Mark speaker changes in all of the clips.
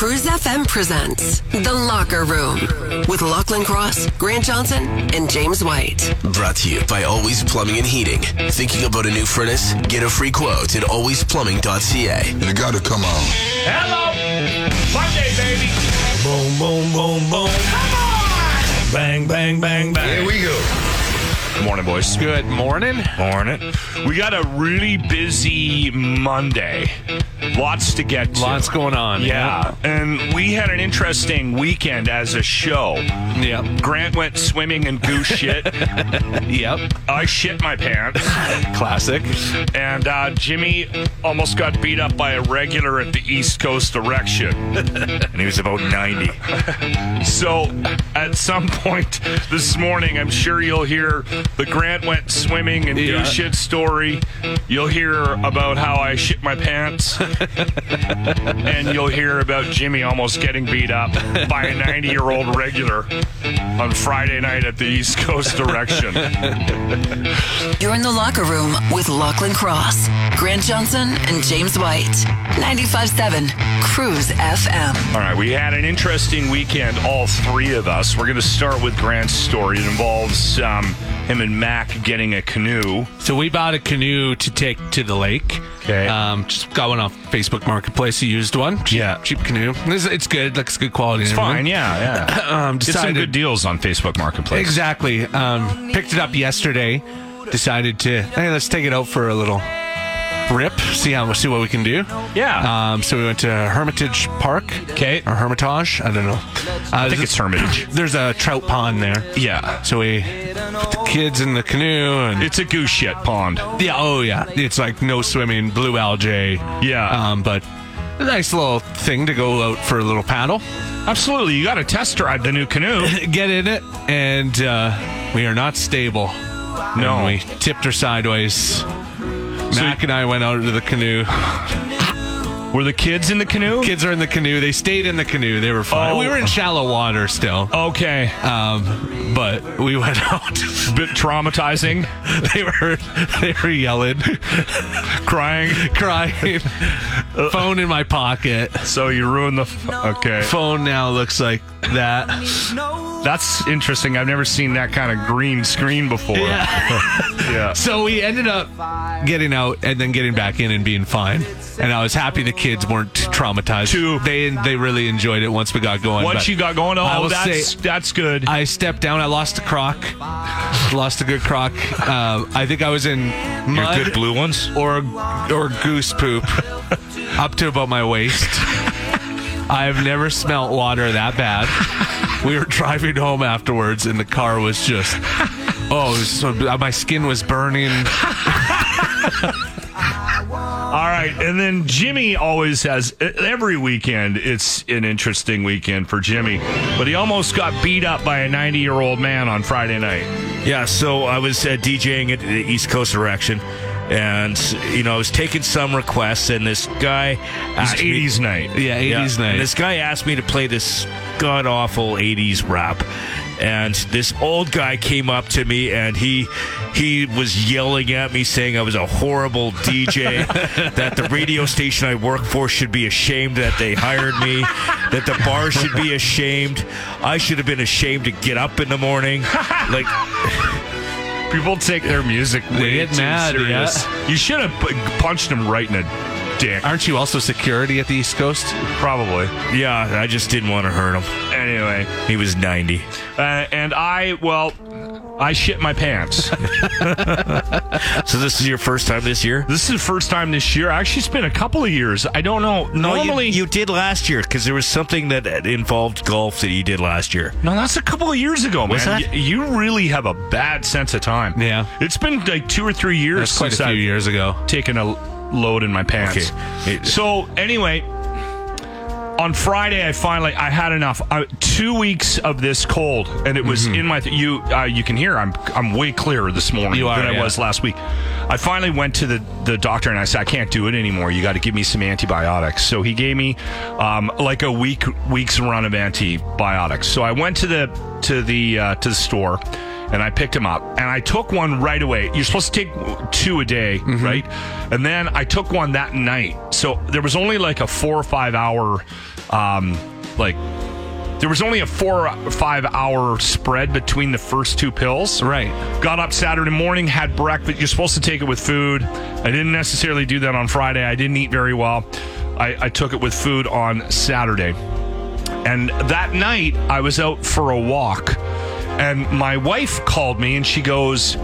Speaker 1: Cruise FM presents The Locker Room with Lachlan Cross, Grant Johnson, and James White.
Speaker 2: Brought to you by Always Plumbing and Heating. Thinking about a new furnace? Get a free quote at alwaysplumbing.ca.
Speaker 3: You gotta come on.
Speaker 4: Hello, Monday, baby. Boom, boom, boom, boom. Come on! Bang, bang, bang, bang.
Speaker 3: we go.
Speaker 5: Morning, boys. Good morning. Morning.
Speaker 4: We got a really busy Monday. Lots to get to.
Speaker 5: Lots going on.
Speaker 4: Yeah, and we had an interesting weekend as a show.
Speaker 5: Yep.
Speaker 4: Grant went swimming and goose shit.
Speaker 5: Yep.
Speaker 4: I shit my pants.
Speaker 5: Classic.
Speaker 4: And uh, Jimmy almost got beat up by a regular at the East Coast erection. and he was about 90. so at some point this morning, I'm sure you'll hear the Grant went swimming and
Speaker 5: Yeah.
Speaker 4: do shit story. You'll hear about how I shit my pants. and you'll hear about Jimmy almost getting beat up by a 90 year old regular on Friday night at the East Coast erection.
Speaker 1: You're in The Locker Room with Lachlan Cross, Grant Johnson, and James White. 95.7 Cruise FM.
Speaker 4: All right, we had an interesting weekend, all three of us. We're going to start with Grant's story. It involves um, him and Mac getting a canoe.
Speaker 5: So we bought a canoe to take to the lake.
Speaker 4: Okay.
Speaker 5: Um, just got one off Facebook Marketplace. A used one. Cheap,
Speaker 4: Yeah.
Speaker 5: Cheap canoe. It's, it's good. Looks good quality.
Speaker 4: It's fine, yeah, yeah.
Speaker 5: Um,
Speaker 4: Get some
Speaker 5: decided-
Speaker 4: good deals on Facebook Marketplace.
Speaker 5: Exactly. Um, picked it up yesterday. Decided to hey, let's take it out for a little rip. See how see what we can do.
Speaker 4: Yeah.
Speaker 5: Um, so we went to Hermitage Park.
Speaker 4: 'Kay.
Speaker 5: Or Hermitage. I don't know. Uh,
Speaker 4: I think it's Hermitage.
Speaker 5: There's a trout pond there.
Speaker 4: yeah.
Speaker 5: So we put the kids in the canoe and
Speaker 4: It's a goose shit pond.
Speaker 5: yeah, oh yeah, it's like no swimming, blue algae.
Speaker 4: Yeah.
Speaker 5: um, but a nice little thing to go out for a little paddle,
Speaker 4: Absolutely. You got to test drive the new canoe.
Speaker 5: get in it, and uh, we are not stable.
Speaker 4: No.
Speaker 5: And we tipped her sideways. Mac and I went out into the canoe.
Speaker 4: Were the kids in the canoe?
Speaker 5: Kids are in the canoe. They stayed in the canoe. They were fine.
Speaker 4: Oh.
Speaker 5: We were in shallow water still,
Speaker 4: Okay.
Speaker 5: um, but we went out.
Speaker 4: bit traumatizing.
Speaker 5: they were they were yelling,
Speaker 4: Crying.
Speaker 5: crying, phone in my pocket.
Speaker 4: So you ruined the. F- okay.
Speaker 5: phone now looks like that.
Speaker 4: That's interesting. I've never seen that kind of green screen before. yeah.
Speaker 5: So we ended up getting out and then getting back in and being fine. And I was happy the kids weren't traumatized.
Speaker 4: Two.
Speaker 5: They they really enjoyed it once we got going.
Speaker 4: Once
Speaker 5: but
Speaker 4: you got going,
Speaker 5: I
Speaker 4: oh,
Speaker 5: will
Speaker 4: that's
Speaker 5: say-
Speaker 4: that's good.
Speaker 5: I stepped down. I lost a croc. Lost a good croc. Uh, I think I was in mud
Speaker 4: blue ones.
Speaker 5: or or goose poop up to about my waist. I have never smelt water that bad. We were driving home afterwards, and the car was just oh, it was so, my skin was burning.
Speaker 4: All right, and then Jimmy always has every weekend. It's an interesting weekend for Jimmy, but he almost got beat up by a 90 year old man on Friday night.
Speaker 6: Yeah, so I was uh, DJing at the East Coast Erection, and you know I was taking some requests, and this guy
Speaker 4: It's
Speaker 6: asked me-
Speaker 4: 80s night.
Speaker 5: Yeah, 80s
Speaker 6: yeah,
Speaker 5: night.
Speaker 6: and This guy asked me to play this god awful 80s rap, and this old guy came up to me and he he was yelling at me saying I was a horrible DJ, that the radio station I work for should be ashamed that they hired me, that the bar should be ashamed, I should have been ashamed to get up in the morning, like.
Speaker 4: People take their music way
Speaker 5: get
Speaker 4: too
Speaker 5: mad, yeah.
Speaker 4: serious. You should have pu- punched him right in the dick,
Speaker 5: Aren't you also security at the East Coast?
Speaker 4: probably.
Speaker 6: Yeah, I just didn't want to hurt him.
Speaker 4: Anyway,
Speaker 6: He was 90.
Speaker 4: uh, and I well, I shit my pants.
Speaker 6: So this is your first time this year?
Speaker 4: this is the first time this year. Actually, it's been a couple of years. I don't know. Normally,
Speaker 6: you, you did last year because there was something that involved golf that you did last year.
Speaker 4: No, that's a couple of years ago, man.
Speaker 6: Was that?
Speaker 4: Y- you really have a bad sense of time.
Speaker 5: Yeah.
Speaker 4: It's been like two or three years
Speaker 5: That's quite a
Speaker 4: since
Speaker 5: few
Speaker 4: I've
Speaker 5: years ago.
Speaker 4: taken a l- load in my pants.
Speaker 6: Okay. It-
Speaker 4: So, anyway, on Friday, I finally I had enough. I, two weeks of this cold, and it
Speaker 5: Mm-hmm.
Speaker 4: was in my. Th- you uh, you can hear I'm I'm way clearer this morning
Speaker 5: You are,
Speaker 4: than I
Speaker 5: yeah.
Speaker 4: was last week. I finally went to the the doctor and I said I can't do it anymore. You got to give me some antibiotics. So he gave me um, like a week week's run of antibiotics. So I went to the to the uh, to the store. And I picked them up, and I took one right away. You're supposed to take two a day, right? And then I took one that night. So there was only like a four or five hour, um, like there was only a four or five hour spread between the first two pills.
Speaker 5: Right.
Speaker 4: Got up Saturday morning, had breakfast. You're supposed to take it with food. I didn't necessarily do that on Friday. I didn't eat very well. I, I took it with food on Saturday. And that night, I was out for a walk, and my wife called me and she goes,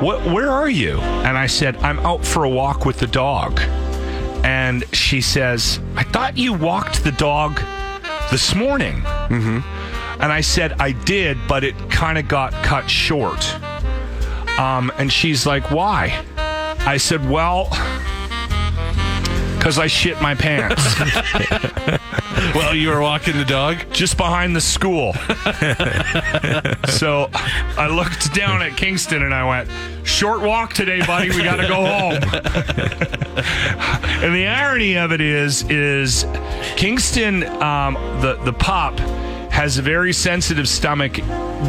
Speaker 4: what, Where are you? And I said, I'm out for a walk with the dog. And she says, I thought you walked the dog this morning. Mm-hmm. And I said, I did, but it kind of got cut short. Um, and she's like, Why? I said, Well, because I shit my pants.
Speaker 5: Well, you were walking the dog.
Speaker 4: just behind the school. so I looked down at Kingston and I went, short walk today, buddy. We got to go home. and the irony of it is, is Kingston, um, the the pup, has a very sensitive stomach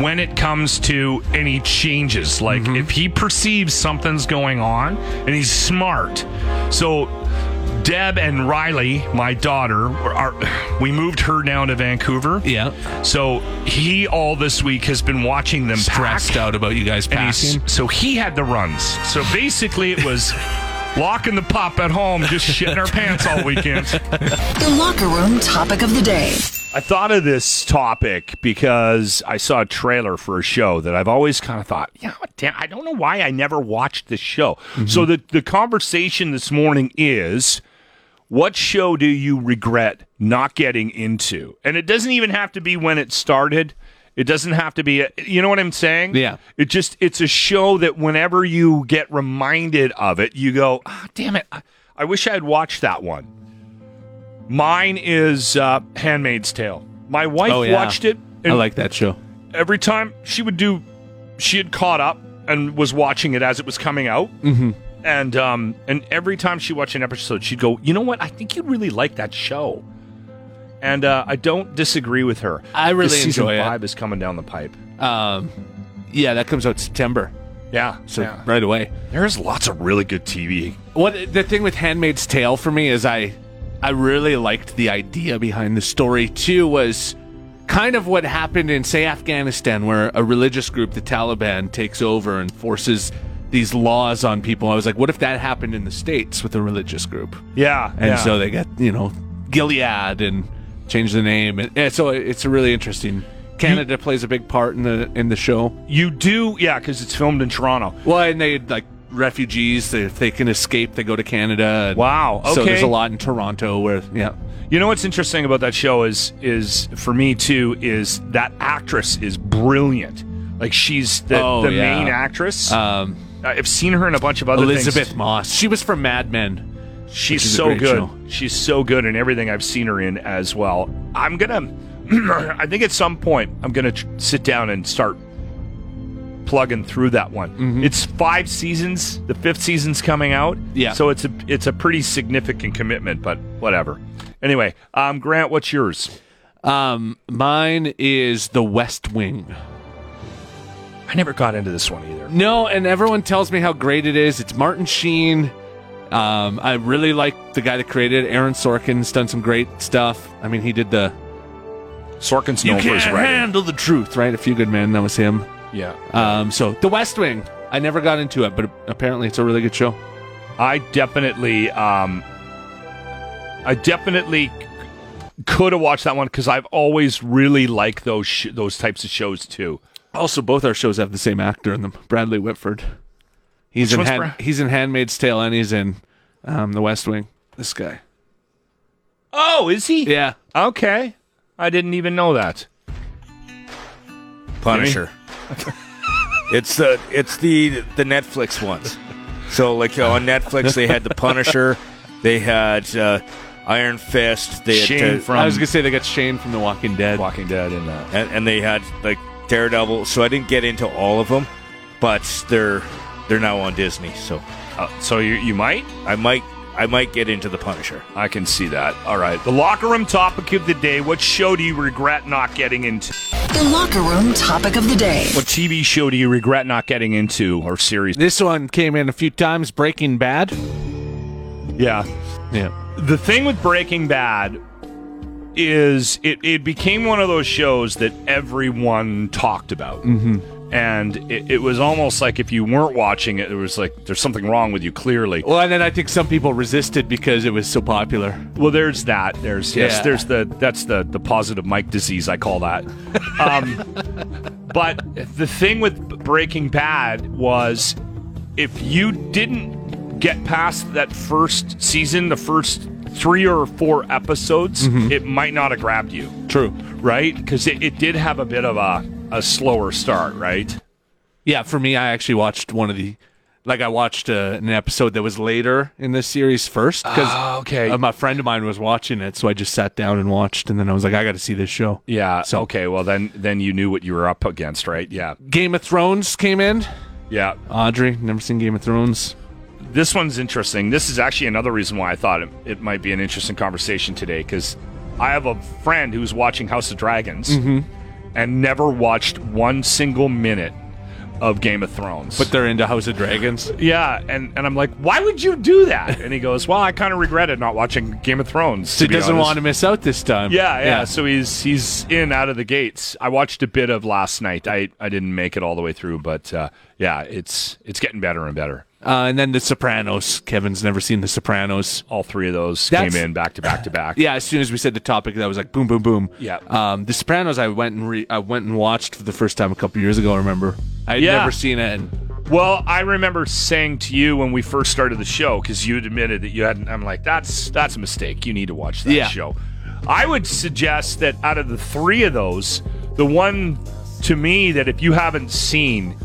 Speaker 4: when it comes to any changes. Like if he perceives something's going on, and he's smart, so Deb and Riley, my daughter, are, we moved her down to Vancouver.
Speaker 5: Yeah.
Speaker 4: So he all this week has been watching them
Speaker 5: Stressed
Speaker 4: pack,
Speaker 5: out about you guys
Speaker 4: and he's,
Speaker 5: passing.
Speaker 4: so he had the runs. So basically, it was locking the pop at home, just shitting our pants all weekend.
Speaker 1: The locker room topic of the day.
Speaker 4: I thought of this topic because I saw a trailer for a show that I've always kind of thought, yeah, what damn, I don't know why I never watched this show. So the, the conversation this morning is what show do you regret not getting into? And it doesn't even have to be when it started. It doesn't have to be, a, you know what I'm saying?
Speaker 5: Yeah.
Speaker 4: It just, it's a show that whenever you get reminded of it, you go, ah, damn it. I, I wish I had watched that one. Mine is uh, Handmaid's Tale. My wife
Speaker 5: Oh, yeah.
Speaker 4: watched it.
Speaker 5: I like that show.
Speaker 4: every time she would do, she had caught up and was watching it as it was coming out. Mm-hmm. And um, and every time she watched an episode, she'd go, "You know what? I think you'd really like that show." And uh, I don't disagree with her.
Speaker 5: I really
Speaker 4: This season
Speaker 5: enjoy it.
Speaker 4: five is coming down the pipe.
Speaker 5: Um, yeah, that comes out September,
Speaker 4: Yeah,
Speaker 5: so
Speaker 4: yeah.
Speaker 5: right away.
Speaker 4: There's lots of really good TV.
Speaker 5: What the thing with Handmaid's Tale for me is I, I really liked the idea behind the story too. Was kind of what happened in say Afghanistan, where a religious group, the Taliban, takes over and forces these laws on people. I was like, what if that happened in the states with a religious group?
Speaker 4: Yeah,
Speaker 5: and
Speaker 4: yeah.
Speaker 5: so they got you know Gilead and changed the name, and, and so it's really interesting. Canada plays a big part in the in the show.
Speaker 4: you do, yeah, because it's filmed in Toronto.
Speaker 5: Well, and they like refugees they, if they can escape, they go to Canada. and-
Speaker 4: Wow,
Speaker 5: So there's
Speaker 4: okay.
Speaker 5: a lot in Toronto where yeah,
Speaker 4: You know what's interesting about that show is is for me too is that actress is brilliant. Like she's the,
Speaker 5: Oh,
Speaker 4: the
Speaker 5: yeah.
Speaker 4: main actress.
Speaker 5: um,
Speaker 4: I've seen her in a bunch of other
Speaker 5: Elizabeth
Speaker 4: things.
Speaker 5: Moss. She was from Mad Men. which
Speaker 4: She's
Speaker 5: is a
Speaker 4: so
Speaker 5: great
Speaker 4: good.
Speaker 5: show.
Speaker 4: She's so good in everything I've seen her in as well. I'm gonna. I think at some point I'm gonna tr- sit down and start plugging through that one.
Speaker 5: Mm-hmm.
Speaker 4: It's five seasons. The fifth season's coming out.
Speaker 5: Yeah.
Speaker 4: So it's a it's a pretty significant commitment, but whatever. Anyway, um, Grant, what's yours?
Speaker 5: Um, mine is The West Wing.
Speaker 4: I never got into this one either.
Speaker 5: No, and everyone tells me how great it is. It's Martin Sheen. Um, I really like the guy that created it. Aaron Sorkin's done some great stuff. I mean, he did the
Speaker 4: Sorkin's known for his writing.
Speaker 5: the truth, right? A Few Good Men. That was him.
Speaker 4: Yeah.
Speaker 5: Um, so The West Wing. I never got into it, but apparently it's a really good show.
Speaker 4: I definitely, um, I definitely could have watched that one because I've always really liked those sh- those types of shows too.
Speaker 5: Also, both our shows have the same actor in them, Bradley Whitford. He's
Speaker 4: Which
Speaker 5: in
Speaker 4: one's
Speaker 5: Han-
Speaker 4: Brad-
Speaker 5: he's in Handmaid's Tale and he's in um, The West Wing. This guy.
Speaker 4: Oh, is he?
Speaker 5: Yeah.
Speaker 4: Okay, I didn't even know that.
Speaker 6: Punisher. it's the it's the the Netflix ones. So like uh, on Netflix, they had the Punisher. They had uh, Iron Fist. They had
Speaker 3: Shane
Speaker 6: uh,
Speaker 3: from
Speaker 5: I was gonna say they got Shane from The Walking Dead.
Speaker 3: Walking Dead and uh,
Speaker 6: and, and they had like Daredevil. So I didn't get into all of them, but they're they're now on Disney. So
Speaker 3: uh, so you you might.
Speaker 6: I might I might get into the Punisher.
Speaker 3: I can see that. All right.
Speaker 4: The locker room topic of the day. What show do you regret not getting into?
Speaker 1: The locker room topic of the day.
Speaker 3: What TV show do you regret not getting into or series?
Speaker 5: This one came in a few times. Breaking Bad.
Speaker 4: Yeah.
Speaker 5: Yeah.
Speaker 4: The thing with Breaking Bad is it, it became one of those shows that everyone talked about. Mm-hmm. And it, it was almost like if you weren't watching it, it was like, there's something wrong with you, clearly.
Speaker 5: Well, and then I think some people resisted because it was so popular.
Speaker 4: Well, there's that. There's yes,
Speaker 5: Yeah.
Speaker 4: there's the that's the the positive mic disease I call that. Um, but the thing with Breaking Bad was if you didn't get past that first season, the first three or four episodes, it might not have grabbed you,
Speaker 5: Mm-hmm. True.
Speaker 4: right? Because it, it did have a bit of a a slower start, right?
Speaker 5: Yeah, for me, I actually watched one of the, like I watched uh, an episode that was later in the series first because
Speaker 4: okay.
Speaker 5: uh, my friend of mine was watching it, so I just sat down and watched, and then I was like, I got to see this show.
Speaker 4: Yeah.
Speaker 5: So-
Speaker 4: okay. Well, then then you knew what you were up against, right? Yeah.
Speaker 5: Game of Thrones came in.
Speaker 4: Yeah.
Speaker 5: Audrey, never seen Game of Thrones.
Speaker 4: this one's interesting. This is actually another reason why I thought it, it might be an interesting conversation today because I have a friend who's watching House of Dragons and never watched one single minute of Game of Thrones.
Speaker 5: But they're into House of Dragons.
Speaker 4: yeah, and, and I'm like, why would you do that? And he goes, well, I kind of regretted not watching Game of Thrones.
Speaker 5: So he
Speaker 4: to be
Speaker 5: doesn't
Speaker 4: honest."
Speaker 5: want to miss out this time.
Speaker 4: Yeah, yeah, So he's he's in out of the gates. I watched a bit of last night. I, I didn't make it all the way through, but uh, yeah, it's it's getting better and better.
Speaker 5: Uh, and then The Sopranos. Kevin's never seen The Sopranos.
Speaker 4: All three of those
Speaker 5: That's-
Speaker 4: came in back to back to back.
Speaker 5: Yeah, as soon as we said the topic, that was like boom, boom, boom.
Speaker 4: Yeah.
Speaker 5: Um, the Sopranos, I went and re- I went and watched for the first time a couple years ago. I remember I had
Speaker 4: Yeah.
Speaker 5: never seen it. And
Speaker 4: Well, I remember saying to you when we first started the show because you had admitted that you hadn't. I'm like, that's that's a mistake. You need to watch that
Speaker 5: Yeah.
Speaker 4: show. I would suggest that out of the three of those, the one to me that if you haven't seen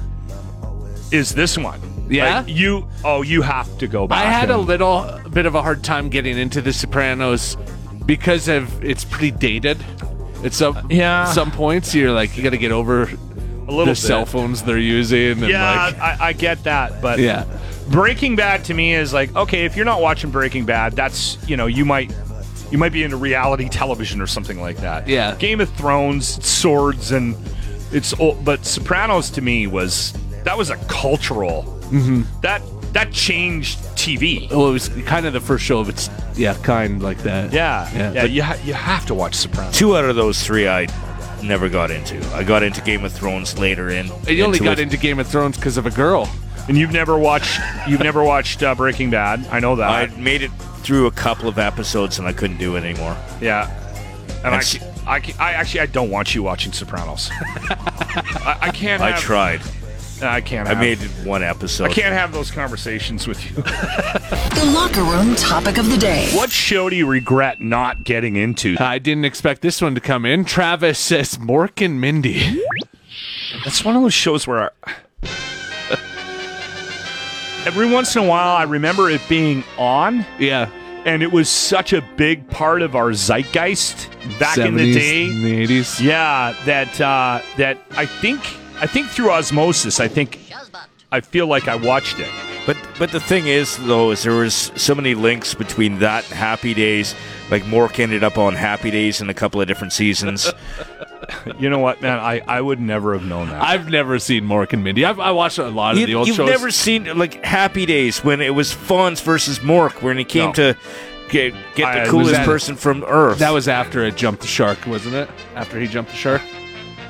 Speaker 4: is this one.
Speaker 5: Yeah?
Speaker 4: Like, you oh you have to go back.
Speaker 5: I had a
Speaker 4: and-
Speaker 5: little bit of a hard time getting into The Sopranos because of it's pretty dated. At some
Speaker 4: Yeah.
Speaker 5: some points, you're like you got to get over
Speaker 4: a little
Speaker 5: the cell
Speaker 4: bit.
Speaker 5: phones they're using. And
Speaker 4: Yeah,
Speaker 5: Like,
Speaker 4: I, I get that, but
Speaker 5: Yeah.
Speaker 4: Breaking Bad to me is like okay, if you're not watching Breaking Bad, that's you know you might you might be into reality television or something like that.
Speaker 5: Yeah.
Speaker 4: Game of Thrones, swords, and it's old, but Sopranos to me was that was a cultural
Speaker 6: Mm-hmm.
Speaker 4: that that changed TV.
Speaker 6: Oh.
Speaker 5: well, it was kind of the first show of its yeah kind like that.
Speaker 4: Yeah, yeah,
Speaker 5: Yeah.
Speaker 4: you ha- you have to watch Sopranos.
Speaker 6: Two out of those three I never got into. I got into Game of Thrones later in.
Speaker 5: You only got
Speaker 6: it.
Speaker 5: into Game of Thrones because of a girl.
Speaker 4: And you've never watched you've never watched uh, Breaking Bad. I know that.
Speaker 6: I made it through a couple of episodes and I couldn't do it anymore.
Speaker 4: Yeah. And I,
Speaker 6: And she-
Speaker 4: ca- I, ca- I actually I don't want you watching Sopranos. I, I can't.
Speaker 6: I
Speaker 4: have-
Speaker 6: tried.
Speaker 4: I can't.
Speaker 6: I
Speaker 4: Have,
Speaker 6: made it one episode.
Speaker 4: I can't have those conversations with you.
Speaker 1: The locker room topic of the day.
Speaker 4: what show do you regret not getting into?
Speaker 5: I didn't expect this one to come in. Travis says Mork and Mindy.
Speaker 4: That's one of those shows where I- every once in a while I remember it being on,
Speaker 5: Yeah.
Speaker 4: and it was such a big part of our zeitgeist back in the
Speaker 5: 70s,
Speaker 4: day.
Speaker 5: in the 80s.
Speaker 4: Yeah, that uh, that I think I think through osmosis, I think I feel like I watched it.
Speaker 6: But but the thing is though is there was so many links between that and Happy Days. Like Mork ended up on Happy Days in a couple of different seasons.
Speaker 4: You know what, man? I, I would never have known that.
Speaker 5: I've never seen Mork and Mindy. I've, I watched a lot of the
Speaker 6: you,
Speaker 5: old
Speaker 6: have
Speaker 5: shows.
Speaker 6: never seen like Happy Days when it was Fonz versus Mork when he came
Speaker 4: No.
Speaker 6: to get, get
Speaker 4: I-
Speaker 6: the
Speaker 4: was
Speaker 6: coolest
Speaker 5: that-
Speaker 6: person from Earth.
Speaker 5: that was after it jumped the shark, wasn't it? After he jumped the shark.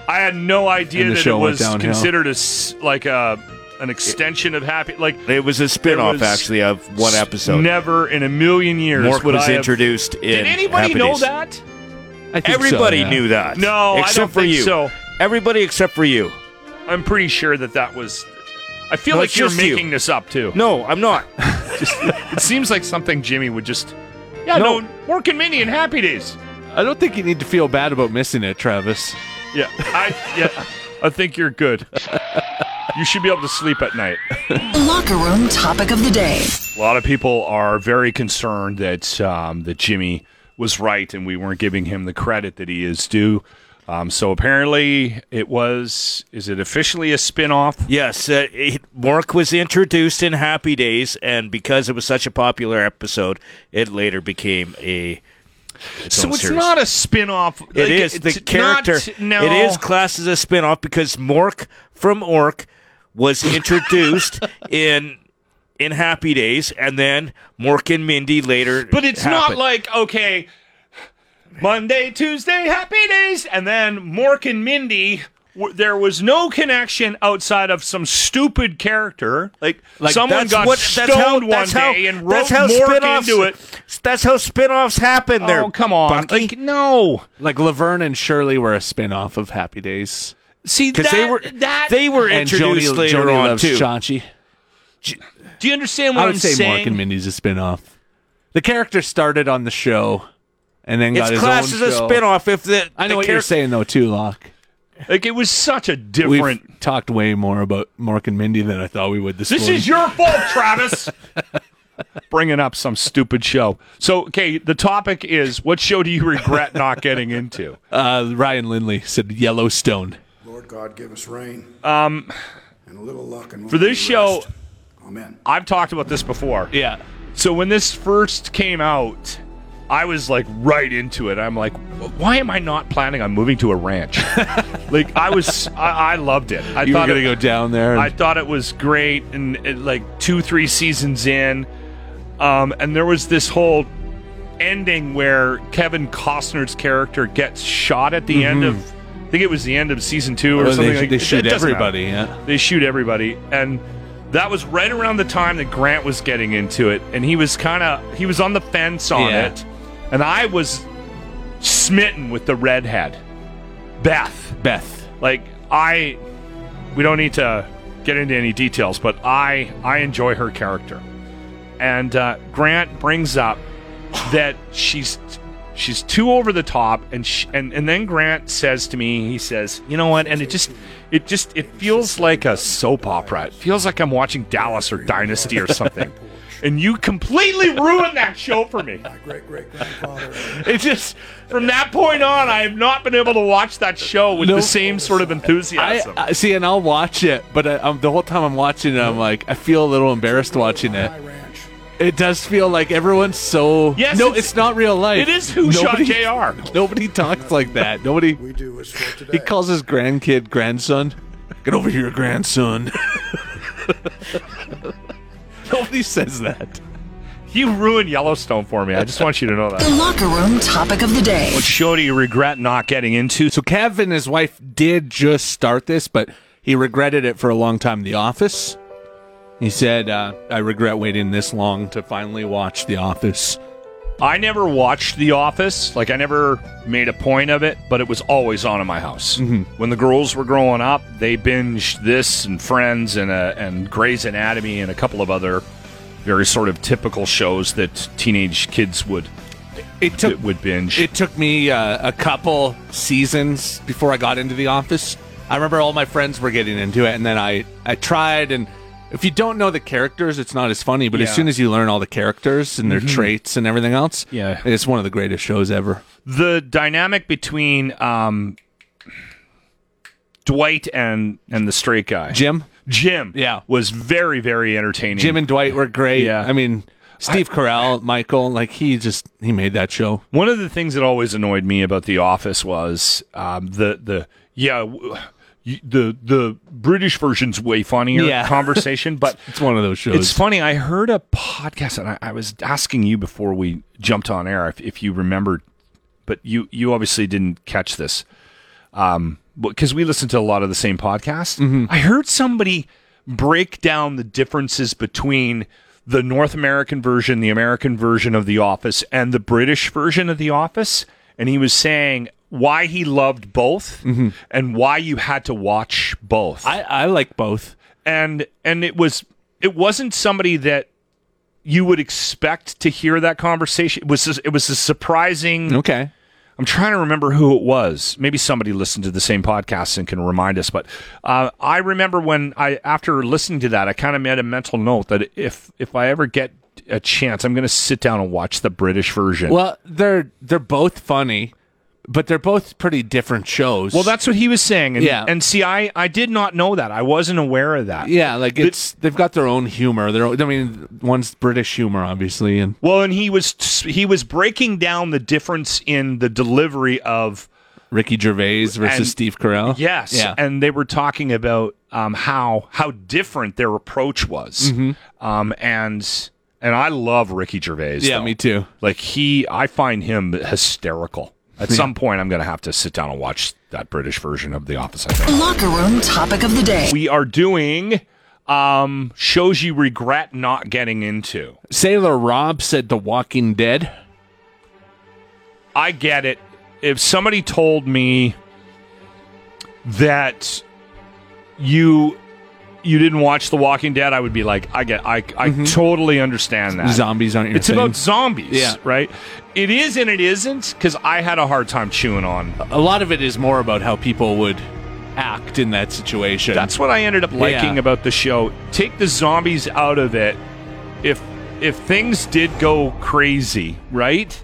Speaker 4: I had no idea
Speaker 5: And the
Speaker 4: that it
Speaker 5: show went
Speaker 4: was
Speaker 5: downhill.
Speaker 4: considered a s- like a an extension of Happy. Like
Speaker 6: it was a spin-off
Speaker 4: was
Speaker 6: actually of one episode.
Speaker 4: Never in a million years
Speaker 6: Mork
Speaker 4: would
Speaker 6: was
Speaker 4: I have-
Speaker 6: introduced in
Speaker 4: Did anybody
Speaker 6: Happy
Speaker 4: know
Speaker 6: Days.
Speaker 4: that?
Speaker 5: I think so,
Speaker 6: Everybody
Speaker 5: yeah.
Speaker 6: knew that.
Speaker 4: No, I
Speaker 6: except
Speaker 4: don't
Speaker 6: for
Speaker 4: think
Speaker 6: you.
Speaker 4: so.
Speaker 6: Everybody except for you.
Speaker 4: I'm pretty sure that that was. I feel
Speaker 6: No,
Speaker 4: like
Speaker 6: it's
Speaker 4: you're
Speaker 6: just you.
Speaker 4: making this up too.
Speaker 6: No, I'm not.
Speaker 4: It seems like something Jimmy would just. Yeah, no,
Speaker 6: No.
Speaker 4: Mork and Minnie and Happy Days.
Speaker 5: I don't think you need to feel bad about missing it, Travis.
Speaker 4: Yeah, I yeah, I think you're good. You should be able to sleep at night.
Speaker 1: Locker room topic of the day.
Speaker 4: A lot of people are very concerned that um, that Jimmy was right and we weren't giving him the credit that he is due. Um, so apparently, it was. Is it officially a spin off?
Speaker 6: Yes, uh, it, Mork was introduced in Happy Days, and because it was such a popular episode, it later became a. its
Speaker 4: So
Speaker 6: own
Speaker 4: it's
Speaker 6: series.
Speaker 4: not a spin off.
Speaker 6: It is the character.
Speaker 4: no.
Speaker 6: It is classed as a spin-off because Mork from Ork was introduced in in Happy Days, and then Mork and Mindy later.
Speaker 4: But it's not
Speaker 6: happened.
Speaker 4: like okay, Monday, Tuesday, happy days, and then Mork and Mindy. w- There was no connection outside of some stupid character. Like, someone
Speaker 6: that's
Speaker 4: got
Speaker 6: what-
Speaker 4: stoned one
Speaker 6: that's how-
Speaker 4: day and wrote
Speaker 6: that's how
Speaker 4: Mork
Speaker 6: spin-offs-
Speaker 4: into it.
Speaker 6: That's how spin-offs happen. There,
Speaker 4: oh come on!
Speaker 6: Bunky.
Speaker 4: Like no,
Speaker 5: Like Laverne and Shirley were a spin-off of Happy Days.
Speaker 4: see that,
Speaker 6: because they were
Speaker 4: that.
Speaker 6: they were
Speaker 5: And
Speaker 6: introduced
Speaker 5: Joni,
Speaker 6: later
Speaker 5: Joni
Speaker 6: on
Speaker 5: loves
Speaker 6: too.
Speaker 5: Chachi.
Speaker 4: do you understand what
Speaker 5: I
Speaker 4: am
Speaker 5: would say
Speaker 4: saying?
Speaker 5: Mork and Mindy's a spin-off. The character started on the show and then got
Speaker 6: It's
Speaker 5: his
Speaker 6: classed
Speaker 5: own
Speaker 6: as a
Speaker 5: show.
Speaker 6: spin-off if the
Speaker 5: I know
Speaker 6: the
Speaker 5: what you're
Speaker 6: character-
Speaker 5: saying though too, Locke.
Speaker 4: Like it was such a
Speaker 5: We've
Speaker 4: different.
Speaker 5: talked way more about Mork and Mindy than I thought we would this
Speaker 4: This
Speaker 5: morning.
Speaker 4: is your fault, Travis. Bringing up some stupid show. So, okay, the topic is what show do you regret not getting into?
Speaker 5: uh, Ryan Lindley said Yellowstone.
Speaker 7: Lord God, give us rain. and a little luck and
Speaker 4: Um, For
Speaker 7: we'll be
Speaker 4: this show,
Speaker 7: rest. Amen.
Speaker 4: I've talked about this before.
Speaker 5: Yeah.
Speaker 4: So, when this first came out, I was like right into it. I'm like, why am I not planning on moving to a ranch? like, I was, I, I loved it. I
Speaker 5: You were
Speaker 4: thought
Speaker 5: gonna
Speaker 4: it,
Speaker 5: go down there. and-
Speaker 4: I thought it was great, and uh, like two, three seasons in, um, and there was this whole ending where Kevin Costner's character gets shot at the end of, I think it was the end of season two or
Speaker 5: Mm-hmm. Well,
Speaker 4: something.
Speaker 5: they,
Speaker 4: like
Speaker 5: they
Speaker 4: it- it
Speaker 5: shoot
Speaker 4: doesn't matter.
Speaker 5: everybody. Yeah.
Speaker 4: They shoot everybody, and that was right around the time that Grant was getting into it, and he was kind of he was on the fence on
Speaker 5: Yeah.
Speaker 4: it, and I was smitten with the redhead, Beth
Speaker 5: Beth.
Speaker 4: like i we don't need to get into any details but i i enjoy her character and uh, grant brings up that she's she's too over the top and sh and and then grant says to me he says you know what and it just it just it feels like a soap opera it feels like i'm watching dallas or dynasty or something and you completely ruined that show for me
Speaker 7: Great great grandfather.
Speaker 4: it just from that point on i have not been able to watch that show with
Speaker 5: No.
Speaker 4: the same sort of
Speaker 5: I,
Speaker 4: enthusiasm
Speaker 5: I see, and I'll watch it, but I, um, the whole time I'm watching it, I'm like, I feel a little embarrassed watching it.
Speaker 7: My ranch.
Speaker 5: It does feel like everyone's so.
Speaker 4: Yes,
Speaker 5: no,
Speaker 4: it's-
Speaker 5: it's, not real life.
Speaker 4: It is who shot
Speaker 5: Nobody-
Speaker 4: JR.
Speaker 5: Nobody talks like that. Nobody.
Speaker 7: We do what's for today.
Speaker 5: He calls his grandkid grandson. Get over here, grandson. Nobody says that.
Speaker 4: You ruined Yellowstone for me. I just want you to know
Speaker 1: The
Speaker 4: that.
Speaker 1: locker room topic of the day.
Speaker 4: What show do you regret not getting into?
Speaker 5: So Kev and his wife did just start this, but he regretted it for a long time. The Office. He said, uh, "I regret waiting this long to finally watch The Office."
Speaker 4: I never watched The Office. Like, I never made a point of it, but it was always on in my house.
Speaker 5: Mm-hmm.
Speaker 4: When the girls were growing up, they binged this and Friends and, uh, and Grey's Anatomy and a couple of other very sort of typical shows that teenage kids would
Speaker 5: It took
Speaker 4: would binge.
Speaker 5: It took me uh, a couple seasons before I got into the office. I remember all my friends were getting into it, and then I I tried. And if you don't know the characters, it's not as funny. But as soon as you learn all the characters and their traits and everything else,
Speaker 4: Yeah.
Speaker 5: it's one of the greatest shows ever.
Speaker 4: the dynamic between um, Dwight and and the straight guy,
Speaker 5: Jim,
Speaker 4: Jim,
Speaker 5: Yeah.
Speaker 4: was very very entertaining.
Speaker 5: Jim and Dwight were great.
Speaker 4: Yeah.
Speaker 5: I mean Steve Carell, Michael, like he just he made that show.
Speaker 4: One of the things that always annoyed me about The Office was um, the the yeah w- y- the the British version's way funnier
Speaker 5: Yeah.
Speaker 4: conversation, but
Speaker 5: It's one of those shows.
Speaker 4: It's funny. I heard a podcast, and I, I was asking you before we jumped on air if, if you remembered, but you you obviously didn't catch this, um, because we listen to a lot of the same podcasts.
Speaker 5: Mm-hmm.
Speaker 4: I heard somebody break down the differences between the North American version, the American version of The Office, and the British version of The Office, and he was saying why he loved both and why you had to watch both
Speaker 5: Mm-hmm. I, I like both.
Speaker 4: and and it was it wasn't somebody that you would expect to hear that conversation. It was it was a surprising
Speaker 5: Okay.
Speaker 4: I'm trying to remember who it was. Maybe somebody listened to the same podcast and can remind us. But uh, I remember when I, after listening to that, I kind of made a mental note that if if I ever get a chance, I'm going to sit down and watch the British version.
Speaker 5: Well, they're they're both funny, but they're both pretty different shows.
Speaker 4: Well, that's what he was saying. And,
Speaker 5: Yeah.
Speaker 4: and see, I, I did not know that. I wasn't aware of that.
Speaker 5: yeah, like it's they've got their own humor. Their own, I mean, one's British humor, obviously, and
Speaker 4: Well, and he was he was breaking down the difference in the delivery of
Speaker 5: Ricky Gervais versus
Speaker 4: And-
Speaker 5: Steve Carell.
Speaker 4: yes,
Speaker 5: yeah,
Speaker 4: and they were talking about um, how how different their approach was, um, and and I love Ricky Gervais.
Speaker 5: yeah,
Speaker 4: though.
Speaker 5: me too.
Speaker 4: Like he, I find him hysterical. At some point, I'm going to have to sit down and watch that British version of The Office. I think
Speaker 1: Locker room topic of the day.
Speaker 4: we are doing um, shows you regret not getting into.
Speaker 5: Sailor Rob said The Walking Dead.
Speaker 4: I get it. If somebody told me that you you didn't watch The Walking Dead, I would be like, I get, I, I totally understand that.
Speaker 5: Zombies aren't your
Speaker 4: It's about
Speaker 5: Mm-hmm. thing.
Speaker 4: zombies,
Speaker 5: Yeah.
Speaker 4: right? It is and it isn't because I had a hard time chewing on.
Speaker 5: a lot of it is more about how people would act in that situation.
Speaker 4: That's what I ended up liking
Speaker 5: Yeah.
Speaker 4: about the show. Take the zombies out of it. If if things did go crazy, right?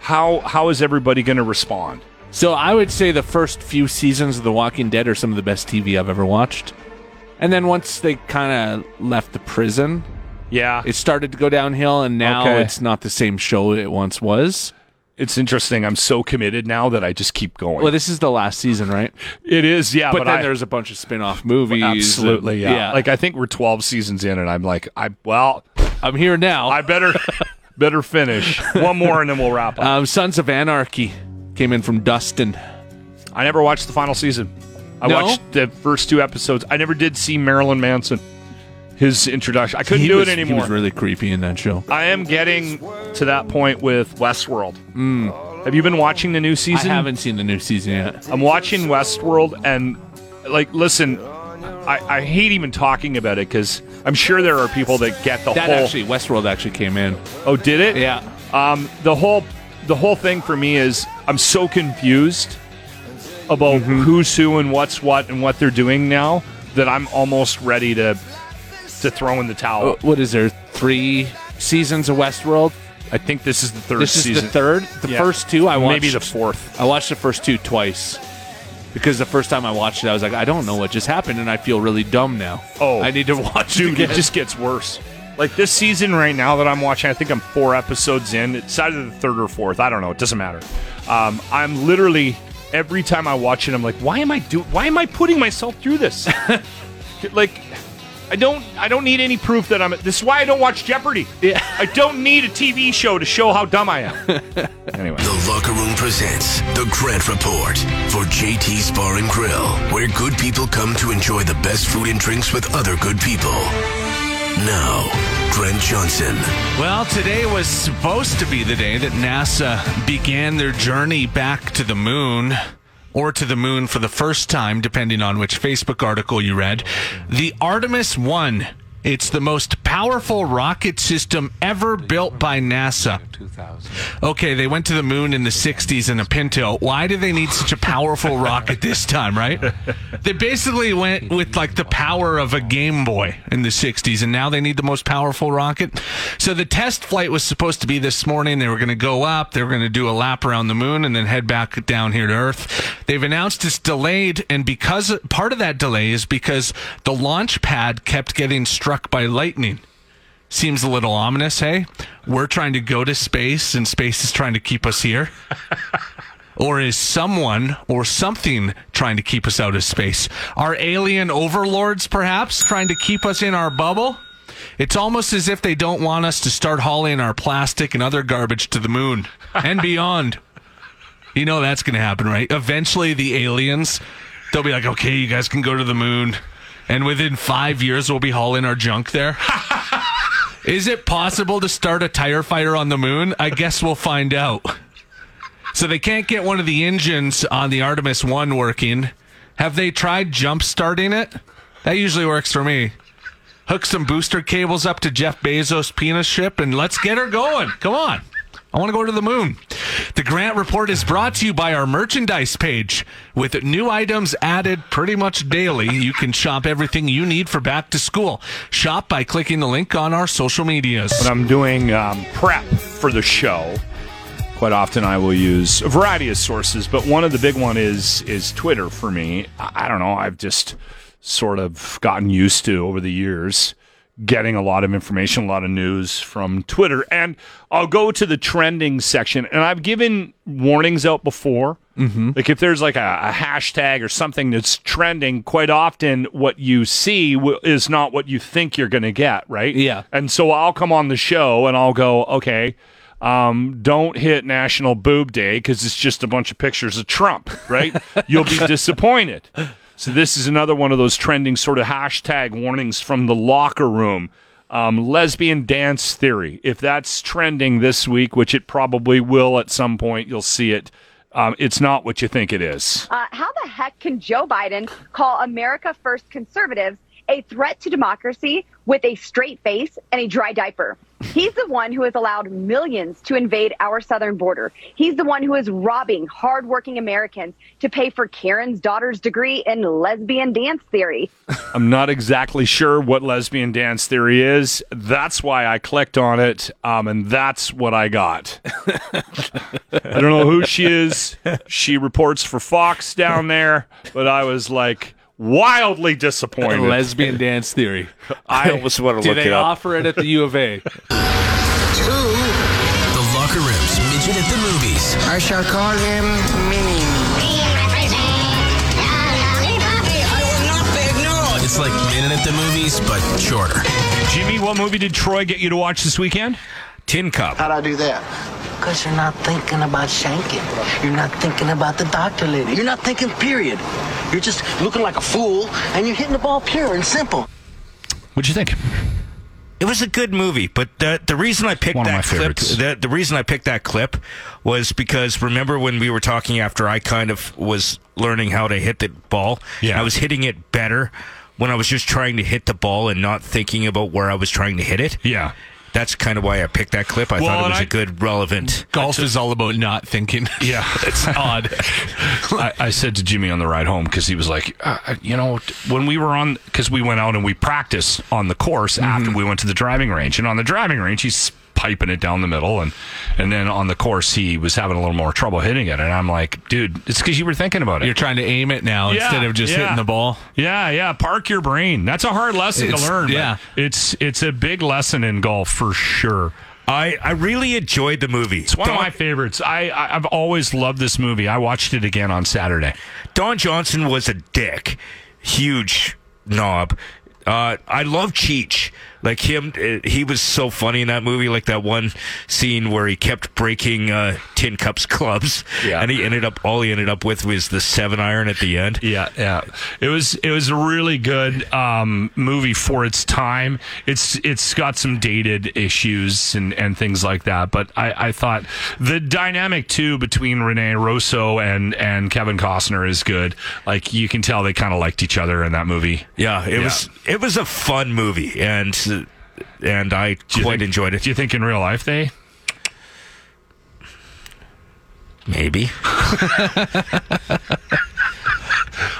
Speaker 4: How how is everybody going to respond?
Speaker 5: So I would say the first few seasons of The Walking Dead are some of the best TV I've ever watched. And then once they kind of left the prison,
Speaker 4: Yeah,
Speaker 5: it started to go downhill, and now
Speaker 4: Okay.
Speaker 5: it's not the same show it once was.
Speaker 4: it's interesting. I'm so committed now that I just keep going.
Speaker 5: Well, this is the last season, right?
Speaker 4: it is, yeah.
Speaker 5: but,
Speaker 4: But,
Speaker 5: then
Speaker 4: I-
Speaker 5: there's a bunch of spin off movies. and-
Speaker 4: absolutely, yeah. Like I think we're 12 seasons in, and I'm like, I well,
Speaker 5: I'm here now.
Speaker 4: I better better finish one more, and then we'll wrap up.
Speaker 5: um, Sons of Anarchy came in from Dustin.
Speaker 4: I never watched the final season. I
Speaker 5: No?
Speaker 4: watched the first two episodes. I never did see Marilyn Manson. His introduction. I couldn't
Speaker 5: He
Speaker 4: do
Speaker 5: was-
Speaker 4: it
Speaker 5: He
Speaker 4: anymore.
Speaker 5: was really creepy in that show.
Speaker 4: I am getting to that point with Westworld. Have you been watching the new season?
Speaker 5: Mm. I haven't seen the new season yet.
Speaker 4: I'm watching Westworld, and like, listen, I, I hate even talking about it because I'm sure there are people that get the
Speaker 5: That
Speaker 4: whole.
Speaker 5: actually, Westworld actually came in.
Speaker 4: oh, did it?
Speaker 5: Oh. Yeah.
Speaker 4: Um, the whole the whole thing for me is I'm so confused about
Speaker 5: Mm-hmm.
Speaker 4: who's who and what's what and what they're doing now that I'm almost ready to to throw in the towel.
Speaker 5: Wh- Uh, What is there? Three seasons of Westworld?
Speaker 4: I think this is the third
Speaker 5: This is
Speaker 4: season.
Speaker 5: the third. The
Speaker 4: Yeah.
Speaker 5: first two I watched.
Speaker 4: Maybe the fourth.
Speaker 5: I watched the first two twice because the first time I watched it, I was like, I don't know what just happened, and I feel really dumb now.
Speaker 4: Oh.
Speaker 5: I need to watch
Speaker 4: Dude,
Speaker 5: it.
Speaker 4: it
Speaker 5: again.
Speaker 4: just gets worse. Like this season right now that I'm watching, I think I'm four episodes in. It's either the third or fourth. I don't know. It doesn't matter. Um, I'm literally every time I watch it, I'm like, why am I do? Why am I putting myself through this? like, I don't. I don't need any proof that I'm. This is why I don't watch Jeopardy. Yeah. I don't need a TV show to show how dumb I am. anyway.
Speaker 8: The Locker Room presents The Grant Report for JT's Bar and Grill, where good people come to enjoy the best food and drinks with other good people. Now, Grant Johnson.
Speaker 5: Well, today was supposed to be the day that NASA began their journey back to the moon. Or to the moon for the first time, depending on which Facebook article you read. The Artemis 1. It's the most powerful rocket system ever built by NASA. Okay, they went to the moon in the 60s in a Pinto. Why do they need such a powerful rocket this time, right? They basically went with like the power of a Game Boy in the 60s, and now they need the most powerful rocket. So the test flight was supposed to be this morning. They were going to go up, they were going to do a lap around the moon, and then head back down here to Earth. They've announced it's delayed, and because part of that delay is because the launch pad kept getting struck by lightning. Seems a little ominous, hey? We're trying to go to space and space is trying to keep us here. or is someone or something trying to keep us out of space? Are alien overlords perhaps trying to keep us in our bubble? It's almost as if they don't want us to start hauling our plastic and other garbage to the moon and beyond. You know that's going to happen, right? Eventually, the aliens, they'll be like, okay, you guys can go to the moon. And within five years, we'll be hauling our junk there. Is it possible to start a tire fire on the moon? I guess we'll find out. So they can't get one of the engines on the Artemis 1 working. Have they tried jump starting it? That usually works for me. Hook some booster cables up to Jeff Bezos' penis ship and let's get her going. Come on. I want to go to the moon. The Grant Report is brought to you by our merchandise page. With new items added pretty much daily, you can shop everything you need for back to school. Shop by clicking the link on our social medias.
Speaker 9: When I'm doing um, prep for the show, quite often I will use a variety of sources, but one of the big one is is Twitter for me. I, I don't know. I've just sort of gotten used to over the years getting a lot of information, a lot of news from Twitter, and I'll go to the trending section. And I've given warnings out before. Mm-hmm. Like if there's like a, a hashtag or something that's trending, quite often what you see w- is not what you think you're going to get, right?
Speaker 5: Yeah.
Speaker 9: And so I'll come on the show and I'll go, okay, um, don't hit National Boob Day because it's just a bunch of pictures of Trump, right? You'll be disappointed. So this is another one of those trending sort of hashtag warnings from the locker room. Um, lesbian dance theory. If that's trending this week, which it probably will at some point, you'll see it. Um, it's not what you think it is.
Speaker 10: Uh, how the heck can Joe Biden call America First conservatives a threat to democracy with a straight face and a dry diaper? He's the one who has allowed millions to invade our southern border. He's the one who is robbing hardworking Americans to pay for Karen's daughter's degree in lesbian dance theory.
Speaker 9: I'm not exactly sure what lesbian dance theory is. That's why I clicked on it, um, and that's what I got. I don't know who she is. She reports for Fox down there, but I was like wildly disappointed.
Speaker 5: Lesbian dance theory.
Speaker 3: I almost want to
Speaker 5: Do
Speaker 3: look
Speaker 5: they
Speaker 3: it up.
Speaker 5: offer it at the U of A?
Speaker 8: The Locker Room's Midget at the Movies.
Speaker 1: I shall call him Mini.
Speaker 8: It's like Minute at the Movies, but shorter.
Speaker 9: Jimmy, what movie did Troy get you to watch this weekend?
Speaker 3: Tin Cup.
Speaker 1: How'd I do that? Because you're not thinking about shanking. You're not thinking about the doctor lady. You're not thinking, period. You're just looking like a fool and you're hitting the ball pure and simple.
Speaker 9: What'd you think?
Speaker 3: It was a good movie, but the the reason I picked
Speaker 4: One of my
Speaker 3: that clip,
Speaker 4: favorites.
Speaker 3: the, the reason I picked that clip was because remember when we were talking after I kind of was learning how to hit the ball,
Speaker 4: Yeah.
Speaker 3: I was hitting it better when I was just trying to hit the ball and not thinking about where I was trying to hit it.
Speaker 4: Yeah.
Speaker 3: That's kind of why I picked that clip. I
Speaker 4: Well,
Speaker 3: thought it
Speaker 4: and
Speaker 3: was a
Speaker 4: I-
Speaker 3: good, relevant.
Speaker 5: Golf is all about not thinking.
Speaker 4: Yeah.
Speaker 5: it's odd.
Speaker 4: I, I said to Jimmy on the ride home because he was like, uh, you know, t- when we were on, because we went out and we practiced on the course
Speaker 5: Mm-hmm.
Speaker 4: after we went to the driving range, and on the driving range he's piping it down the middle, and and then on the course he was having a little more trouble hitting it, and I'm like, dude, it's because you were thinking about it.
Speaker 5: You're trying to aim it now
Speaker 4: Yeah,
Speaker 5: instead of just
Speaker 4: yeah.
Speaker 5: hitting the ball.
Speaker 4: yeah, yeah. Park your brain. That's a hard lesson
Speaker 5: It's-
Speaker 4: to learn. but
Speaker 5: yeah.
Speaker 4: it's it's a big lesson in golf for sure. Uh,
Speaker 3: I, I really enjoyed the movie.
Speaker 4: It's one of
Speaker 3: Don-
Speaker 4: my favorites. I, I I've always loved this movie. I watched it again on Saturday.
Speaker 3: Don Johnson was a dick, huge knob. Uh, I love Cheech. Like him, uh, he was so funny in that movie. Like that one scene where he kept breaking uh, tin cups clubs,
Speaker 4: Yeah.
Speaker 3: and he ended up all he ended up with was the seven iron at the end.
Speaker 4: Yeah, yeah. It was it was a really good um, movie for its time. It's it's got some dated issues and, and things like that, but I, I thought the dynamic too between Rene Rosso and, and Kevin Costner is good. Like you can tell they kind of liked each other in that movie.
Speaker 3: Yeah, it was it was a fun movie, and uh, and I
Speaker 4: you
Speaker 3: quite
Speaker 4: think-
Speaker 3: enjoyed it.
Speaker 4: Do you think in real life they?
Speaker 3: Maybe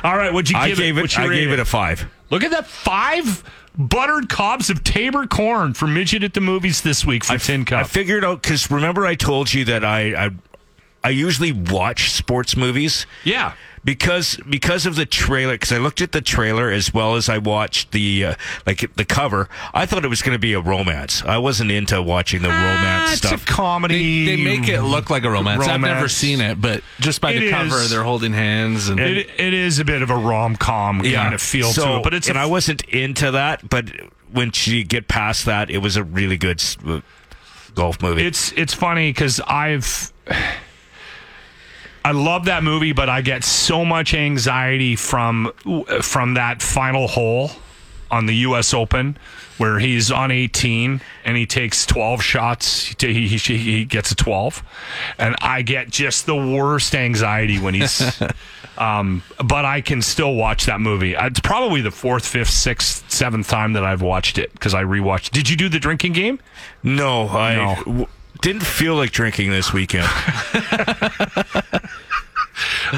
Speaker 4: All right, what'd you
Speaker 3: I
Speaker 4: give
Speaker 3: gave
Speaker 4: it?
Speaker 3: it
Speaker 4: What'd you
Speaker 3: I
Speaker 4: rate
Speaker 3: gave it a five.
Speaker 4: Look at that five buttered cobs of Tabor corn for midget at the movies this week for Tin
Speaker 3: I
Speaker 4: Cup.
Speaker 3: figured out because remember I told you that I I, I usually watch sports movies.
Speaker 4: yeah.
Speaker 3: because because of the trailer because i looked at the trailer as well as i watched the uh, like the cover i thought it was going to be a romance i wasn't into watching the romance
Speaker 4: That's
Speaker 3: stuff
Speaker 4: Ah, a comedy.
Speaker 5: They make it look like a romance. I've never
Speaker 4: Romance.
Speaker 5: seen it, but just by
Speaker 4: It
Speaker 5: the cover,
Speaker 4: is.
Speaker 5: they're holding hands and
Speaker 4: It, it is a bit of a rom com kind of feel
Speaker 3: so,
Speaker 4: to it, but it's
Speaker 3: and
Speaker 4: a,
Speaker 3: I i wasn't into that but when she get past that it was a really good s- uh, golf movie
Speaker 4: it's it's funny because I've I love that movie, but I get so much anxiety from from that final hole on the U.S. Open where he's on 18 and he takes 12 shots. He, ta- he, he, he gets a 12, and I get just the worst anxiety when he's. um, but I can still watch that movie. Uh, It's probably the fourth, fifth, sixth, seventh time that I've watched it because I rewatched. Did you do the drinking game?
Speaker 3: no i
Speaker 4: No.
Speaker 3: w-
Speaker 6: Didn't feel like drinking this weekend.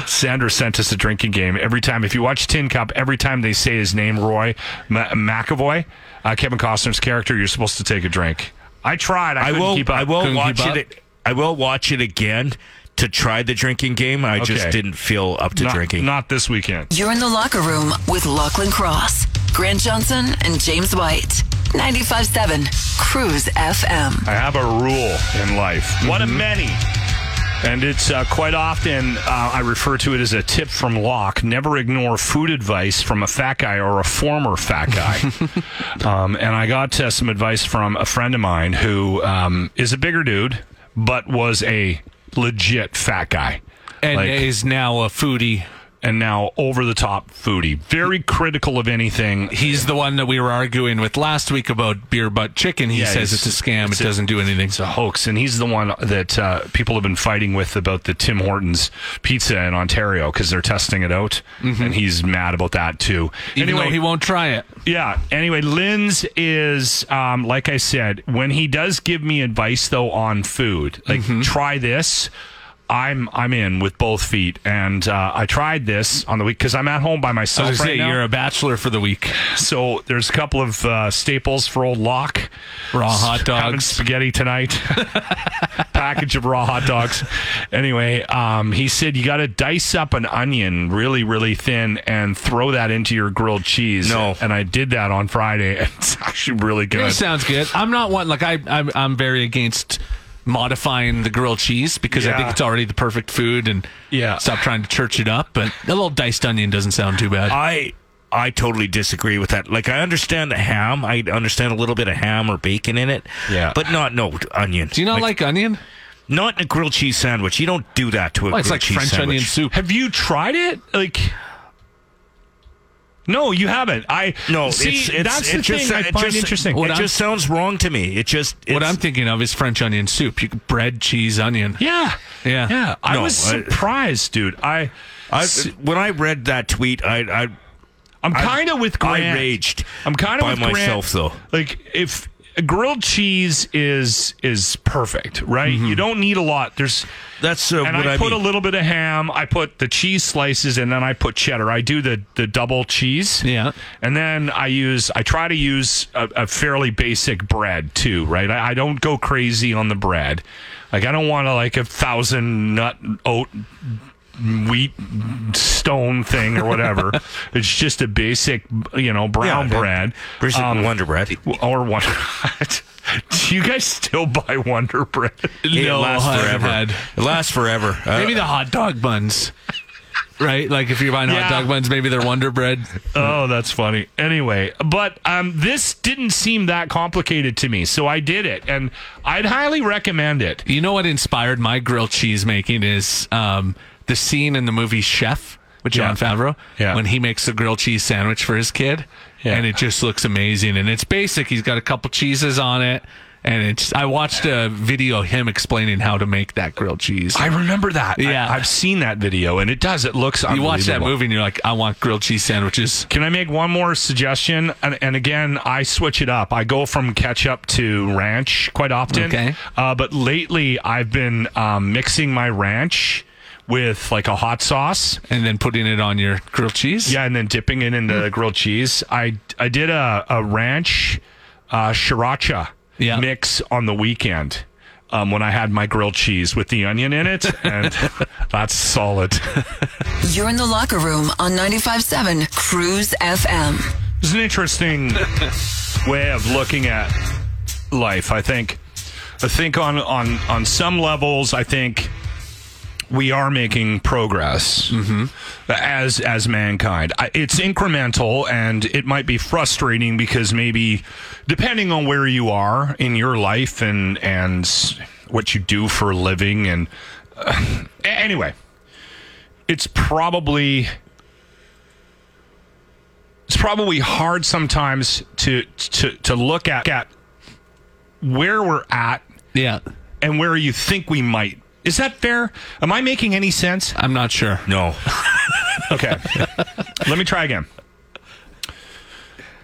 Speaker 4: Sandra sent us a drinking game every time. If you watch Tin Cup, every time they say his name, Roy Ma- McAvoy, uh, Kevin Costner's character, you're supposed to take a drink. I tried. I,
Speaker 6: I
Speaker 4: couldn't
Speaker 6: will.
Speaker 4: keep up.
Speaker 6: I will
Speaker 4: Couldn't
Speaker 6: watch
Speaker 4: keep up.
Speaker 6: it. I will watch it again to try the drinking game. I just
Speaker 4: Okay.
Speaker 6: didn't feel up to
Speaker 4: Not-
Speaker 6: drinking.
Speaker 4: Not this weekend.
Speaker 1: You're in the locker room with Lachlan Cross, Grant Johnson, and James White. 95.7 Cruise FM.
Speaker 4: I have a rule in life. One of many. And it's uh, quite often uh, I refer to it as a tip from Locke. Never ignore food advice from a fat guy or a former fat guy. um, and I got uh, some advice from a friend of mine who um, is a bigger dude, but was a legit fat guy.
Speaker 5: And is now a foodie.
Speaker 4: And now over the top foodie. Very critical of anything.
Speaker 5: He's the one that we were arguing with last week about beer butt chicken. He
Speaker 4: Yeah,
Speaker 5: says
Speaker 4: he's-
Speaker 5: it's a scam.
Speaker 4: it's
Speaker 5: it
Speaker 4: a-
Speaker 5: doesn't do anything.
Speaker 4: It's a hoax, and he's the one that uh, people have been fighting with about the Tim Hortons pizza in Ontario because they're testing it out, and he's mad about that too.
Speaker 5: Mm-hmm. Even
Speaker 4: anyway,
Speaker 5: though he won't try it.
Speaker 4: yeah. Anyway, Lynn's is um, like I said when he does give me advice though on food, like
Speaker 5: Mm-hmm.
Speaker 4: try this. I'm I'm in with both feet, and uh, I tried this on the week because I'm at home by
Speaker 5: I
Speaker 4: myself
Speaker 5: was
Speaker 4: right
Speaker 5: gonna say,
Speaker 4: now.
Speaker 5: you're a bachelor for the week.
Speaker 4: so there's a couple of uh, staples for old Locke.
Speaker 5: Raw hot
Speaker 4: Having
Speaker 5: dogs.
Speaker 4: spaghetti tonight. Package of raw hot dogs. Anyway, um, he said you got to dice up an onion really, really thin and throw that into your grilled cheese.
Speaker 6: No.
Speaker 4: and I did that on Friday. and It's actually really
Speaker 5: It
Speaker 4: good.
Speaker 5: sounds good. I'm not one like I. I'm, I'm very against modifying the grilled cheese because I
Speaker 4: Yeah.
Speaker 5: think it's already the perfect food and
Speaker 4: Yeah.
Speaker 5: stop trying to church it up. But a little diced onion doesn't sound too bad.
Speaker 6: I I totally disagree with that. Like I understand the ham. I understand a little bit of ham or bacon in it.
Speaker 4: Yeah.
Speaker 6: But not no onion.
Speaker 5: do you not like, onion?
Speaker 6: not in a grilled cheese sandwich? You don't do that to a grilled
Speaker 5: Well, it's like
Speaker 6: cheese
Speaker 5: French
Speaker 6: sandwich.
Speaker 5: onion soup.
Speaker 4: Have you tried it? Like. No, you haven't. I
Speaker 6: No,
Speaker 4: See,
Speaker 6: it's, it's
Speaker 4: that's
Speaker 6: it
Speaker 4: the
Speaker 6: just,
Speaker 4: thing I
Speaker 6: it
Speaker 4: find
Speaker 6: just-
Speaker 4: interesting.
Speaker 6: It
Speaker 5: What I'm-
Speaker 6: just sounds wrong to me. It just it's,
Speaker 5: What I'm thinking of is French onion soup. You bread, cheese, onion.
Speaker 4: yeah,
Speaker 5: Yeah.
Speaker 4: yeah. I
Speaker 6: No,
Speaker 4: was
Speaker 6: I-
Speaker 4: surprised, dude. I,
Speaker 6: I, when I read that tweet, I, I
Speaker 4: I'm
Speaker 6: I-
Speaker 4: kind of with Grant.
Speaker 6: I raged.
Speaker 4: I'm kind of
Speaker 6: by
Speaker 4: with Grant.
Speaker 6: myself though.
Speaker 4: Like if grilled cheese is is perfect, right?
Speaker 6: Mm-hmm.
Speaker 4: You don't need a lot. There's
Speaker 6: That's uh,
Speaker 4: and
Speaker 6: what
Speaker 4: I,
Speaker 6: I,
Speaker 4: put
Speaker 6: mean.
Speaker 4: a little bit of ham. I put the cheese slices, and then I put cheddar. I do the the double cheese.
Speaker 5: Yeah.
Speaker 4: and then I use. I try to use a, a fairly basic bread too, right? I, I don't go crazy on the bread. Like I don't want to like a thousand nut oat wheat stone thing or whatever. it's just a basic, you know, brown
Speaker 6: Yeah,
Speaker 4: bread.
Speaker 6: Where's the
Speaker 4: Um,
Speaker 6: Wonder Bread?
Speaker 4: or Wonder. Do you guys still buy Wonder Bread?
Speaker 6: it lasts
Speaker 5: I haven't
Speaker 6: forever.
Speaker 5: had.
Speaker 6: It lasts forever. Uh,
Speaker 5: Maybe the hot dog buns. Right? Like if you're buying
Speaker 4: Yeah.
Speaker 5: hot dog buns, maybe they're Wonder Bread.
Speaker 4: Oh, that's funny. Anyway, but um, this didn't seem that complicated to me, so I did it, and I'd highly recommend it.
Speaker 5: You know what inspired my grilled cheese making is um, the scene in the movie Chef with John
Speaker 4: Yeah.
Speaker 5: Favreau
Speaker 4: Yeah.
Speaker 5: when he makes a grilled cheese sandwich for his kid,
Speaker 4: Yeah.
Speaker 5: and it just looks amazing. And it's basic. He's got a couple cheeses on it, and it's. I watched a video of him explaining how to make that grilled cheese.
Speaker 4: I remember that.
Speaker 5: Yeah.
Speaker 4: I, have seen that video, and it does. It looks.
Speaker 5: you watch that
Speaker 4: unbelievable.
Speaker 5: movie and you're like, I want grilled cheese sandwiches.
Speaker 4: Can I make one more suggestion? And, and again, I switch it up. I go from ketchup to ranch quite often.
Speaker 5: Okay.
Speaker 4: Uh, but lately, I've been um, mixing my ranch with like a hot sauce.
Speaker 5: And then putting it on your grilled cheese. Mm.
Speaker 4: Yeah, and then dipping it in the grilled cheese. I I did a, a ranch uh, sriracha
Speaker 5: Yeah.
Speaker 4: mix on the weekend. Um, when I had my grilled cheese with the onion in it, and that's solid.
Speaker 1: You're in the locker room on 95.7 Cruise FM.
Speaker 4: It's an interesting way of looking at life. I think. I think on on on some levels, I think we are making progress as as mankind. I, it's incremental, and it might be frustrating because maybe depending on where you are in your life and and what you do for a living, and uh, anyway, it's probably it's probably hard sometimes to to to look at at where we're at
Speaker 5: Yeah.
Speaker 4: and where you think we might. Is that fair? Am I making any sense?
Speaker 5: I'm not sure.
Speaker 6: no.
Speaker 4: Okay. Let me try again.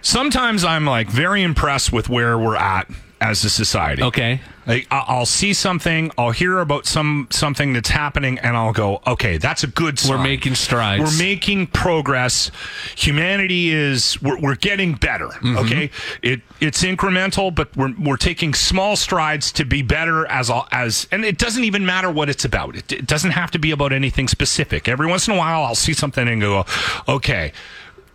Speaker 4: Sometimes I'm like very impressed with where we're at as a society.
Speaker 5: Okay.
Speaker 3: Like, I- I'll see something, I'll hear about some something that's happening, and I'll go, okay, that's a good sign.
Speaker 5: We're making strides.
Speaker 3: We're making progress. Humanity is we're, we're getting better. Okay, it it's incremental, but we're we're taking small strides to be better as all as, and it doesn't even matter what it's about. It, it doesn't have to be about anything specific. Every once in a while, I'll see something and go, okay.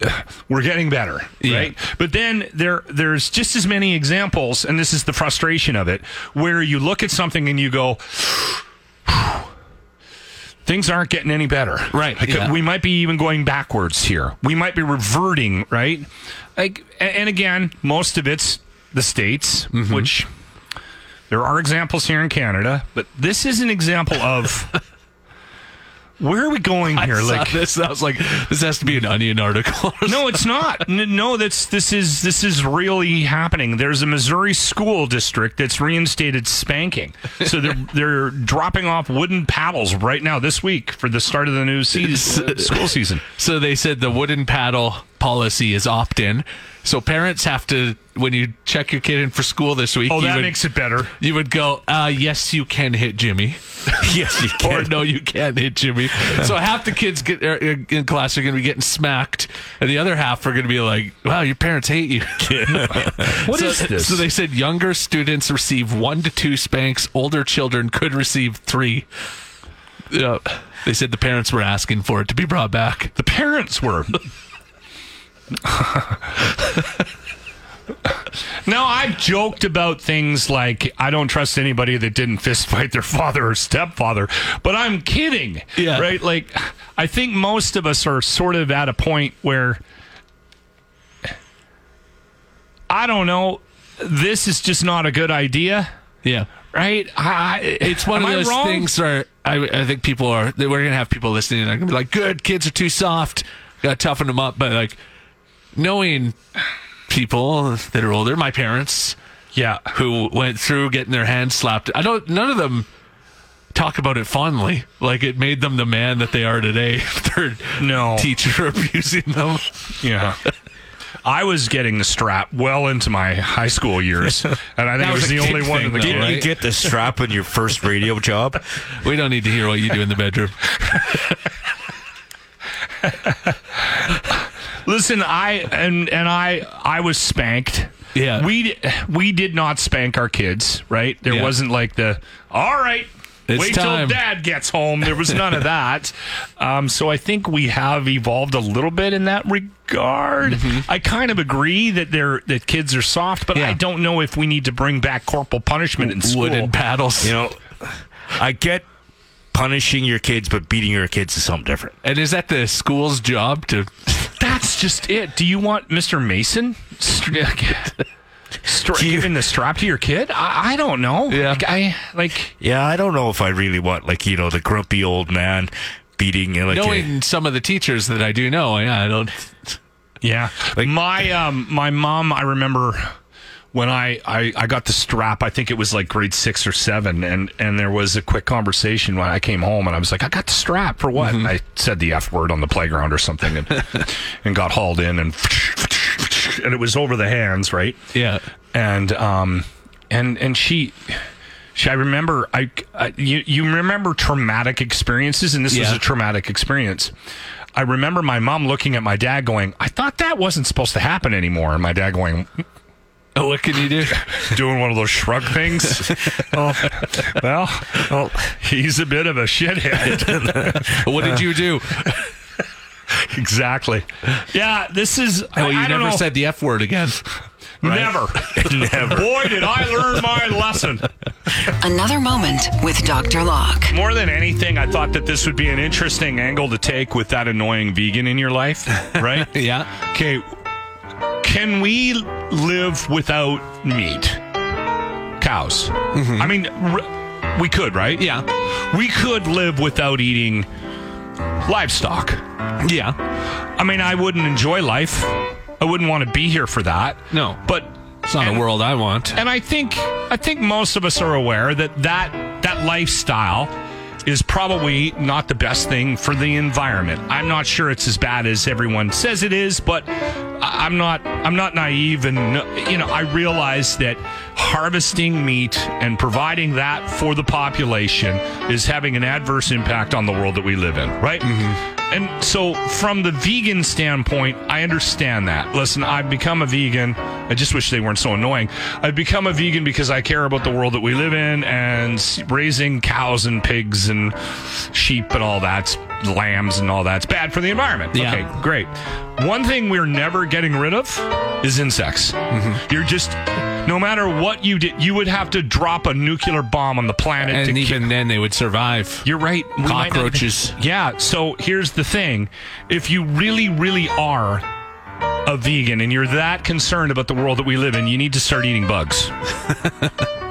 Speaker 3: We're getting better, right? But then there, there's just as many examples, and this is the frustration of it, where you look at something and you go, things aren't getting any better.
Speaker 5: Right,
Speaker 3: Like,
Speaker 5: yeah.
Speaker 3: We might be even going backwards here. We might be reverting, right? Like, a- and again, most of it's the states,
Speaker 5: Mm-hmm.
Speaker 3: which there are examples here in Canada, but this is an example of where are we going
Speaker 5: I
Speaker 3: here?
Speaker 5: saw
Speaker 3: like,
Speaker 5: this, I was like, this has to be an onion article.
Speaker 3: no, it's not. N- No, that's this is this is really happening. There's a Missouri school district that's reinstated spanking, so they're they're dropping off wooden paddles right now this week for the start of the new season, school season.
Speaker 5: So they said the wooden paddle policy is opt in. So parents have to, when you check your kid in for school this week,
Speaker 3: Oh,
Speaker 5: you
Speaker 3: that
Speaker 5: would,
Speaker 3: makes it better.
Speaker 5: you would go, uh, yes, you can hit Jimmy.
Speaker 6: yes, you
Speaker 5: or
Speaker 6: can.
Speaker 5: no, you can't hit Jimmy. So half the kids get, er, er, in class are going to be getting smacked, and the other half are going to be like, "Wow, your parents hate you." What is so,
Speaker 3: this?
Speaker 5: So they said younger students receive one to two spanks. Older children could receive three. Yeah, they said the parents were asking for it to be brought back.
Speaker 3: The parents were. now I've joked about things like I don't trust anybody that didn't fist fight their father or stepfather, but I'm kidding.
Speaker 5: Yeah.
Speaker 3: Right? Like I think most of us are sort of at a point where I don't know, this is just not a good idea,
Speaker 5: Yeah,
Speaker 3: right? I,
Speaker 5: it's one
Speaker 3: am
Speaker 5: of those
Speaker 3: I wrong?
Speaker 5: things where I, I think people are. that We're going to have people listening and are going to be like, "Good kids are too soft. Got to toughen them up." But like knowing people that are older, my parents.
Speaker 3: Yeah.
Speaker 5: who went through getting their hands slapped. I don't. None of them talk about it fondly. Like it made them the man that they are today. Their
Speaker 3: No.
Speaker 5: teacher abusing them.
Speaker 3: Yeah. I was getting the strap well into my high school years, and I think
Speaker 5: That
Speaker 3: I was,
Speaker 5: was a
Speaker 3: the
Speaker 5: kid
Speaker 3: only one
Speaker 5: thing,
Speaker 3: in the
Speaker 5: though,
Speaker 3: game.
Speaker 5: right?
Speaker 6: You get the strap on your first radio job.
Speaker 5: We don't need to hear what you do in the bedroom.
Speaker 3: Listen, I and and I I was spanked.
Speaker 5: Yeah.
Speaker 3: we d- we did not spank our kids. Right, there
Speaker 5: Yeah.
Speaker 3: wasn't like the all right.
Speaker 5: It's
Speaker 3: wait
Speaker 5: time."
Speaker 3: till dad gets home. There was none of that. Um, so I think we have evolved a little bit in that regard. I kind of agree that they're that kids are soft, but
Speaker 5: Mm-hmm. Yeah.
Speaker 3: I don't know if we need to bring back corporal punishment in school.
Speaker 5: Wooden paddles.
Speaker 6: You know, I get punishing your kids, but beating your kids is something different.
Speaker 5: And is that the school's job to?
Speaker 3: That's just it. Do you want Mr. Mason stra- stra-
Speaker 6: Do you-
Speaker 3: giving the strap to your kid? I, I don't know.
Speaker 5: Yeah.
Speaker 3: Like, I like.
Speaker 6: Yeah, I don't know if I really want like you know the grumpy old man beating you know, like a-
Speaker 5: Knowing some of the teachers that I do know, yeah, I don't.
Speaker 3: Yeah. my um my mom, I remember when I, I I got the strap, I think it was like grade six or seven, and and there was a quick conversation when I came home, and I was like, I got the strap for what? And I said the f word on the playground or something, and and got hauled in, and and it was over the hands, right?
Speaker 5: Yeah.
Speaker 3: and um and and she she I remember I, I you you remember traumatic experiences and this was
Speaker 5: Yeah.
Speaker 3: a traumatic experience. I remember my mom looking at my dad going, "I thought that wasn't supposed to happen anymore." And my dad going,
Speaker 5: Oh, What can you do?
Speaker 3: doing one of those shrug things. oh, well, well, he's a bit of a shithead.
Speaker 5: What did you do?
Speaker 3: exactly. Yeah, this is I,
Speaker 5: Oh, you
Speaker 3: I don't
Speaker 5: never
Speaker 3: know.
Speaker 5: said the f word again.
Speaker 3: never. never. Boy, did I learn my lesson.
Speaker 1: Another moment with Dr. Locke.
Speaker 3: More than anything, I thought that this would be an interesting angle to take with that annoying vegan in your life, right?
Speaker 5: Yeah.
Speaker 3: Okay, can we live without meat? Cows. I mean, r- we could, right?
Speaker 5: Mm-hmm. Yeah.
Speaker 3: We could live without eating livestock.
Speaker 5: Yeah.
Speaker 3: I mean, I wouldn't enjoy life. I wouldn't want to be here for that.
Speaker 5: No.
Speaker 3: But
Speaker 5: It's not
Speaker 3: And-
Speaker 5: a world I want.
Speaker 3: and I think I think most of us are aware that that that lifestyle is probably not the best thing for the environment. I'm not sure it's as bad as everyone says it is, but I- I'm not I'm not naive and you know, I realize that harvesting meat and providing that for the population is having an adverse impact on the world that we live in, right? And so, from the vegan standpoint, I understand that. Listen, I've become a vegan. I just wish they weren't so annoying. I've become a vegan because I care about the world that we live in and s- raising cows and pigs and sheep and all that, lambs and all that's bad for the environment.
Speaker 5: Yeah.
Speaker 3: Okay, great. One thing we're never getting rid of is insects.
Speaker 5: Mm-hmm.
Speaker 3: You're just, no matter what you did, you would have to drop a nuclear bomb on the planet
Speaker 5: and
Speaker 3: to
Speaker 5: even then they would survive.
Speaker 3: You're right. We might not-
Speaker 5: Cockroaches.
Speaker 3: yeah. So here's the thing: if you really, really are a vegan and you're that concerned about the world that we live in, you need to start eating bugs,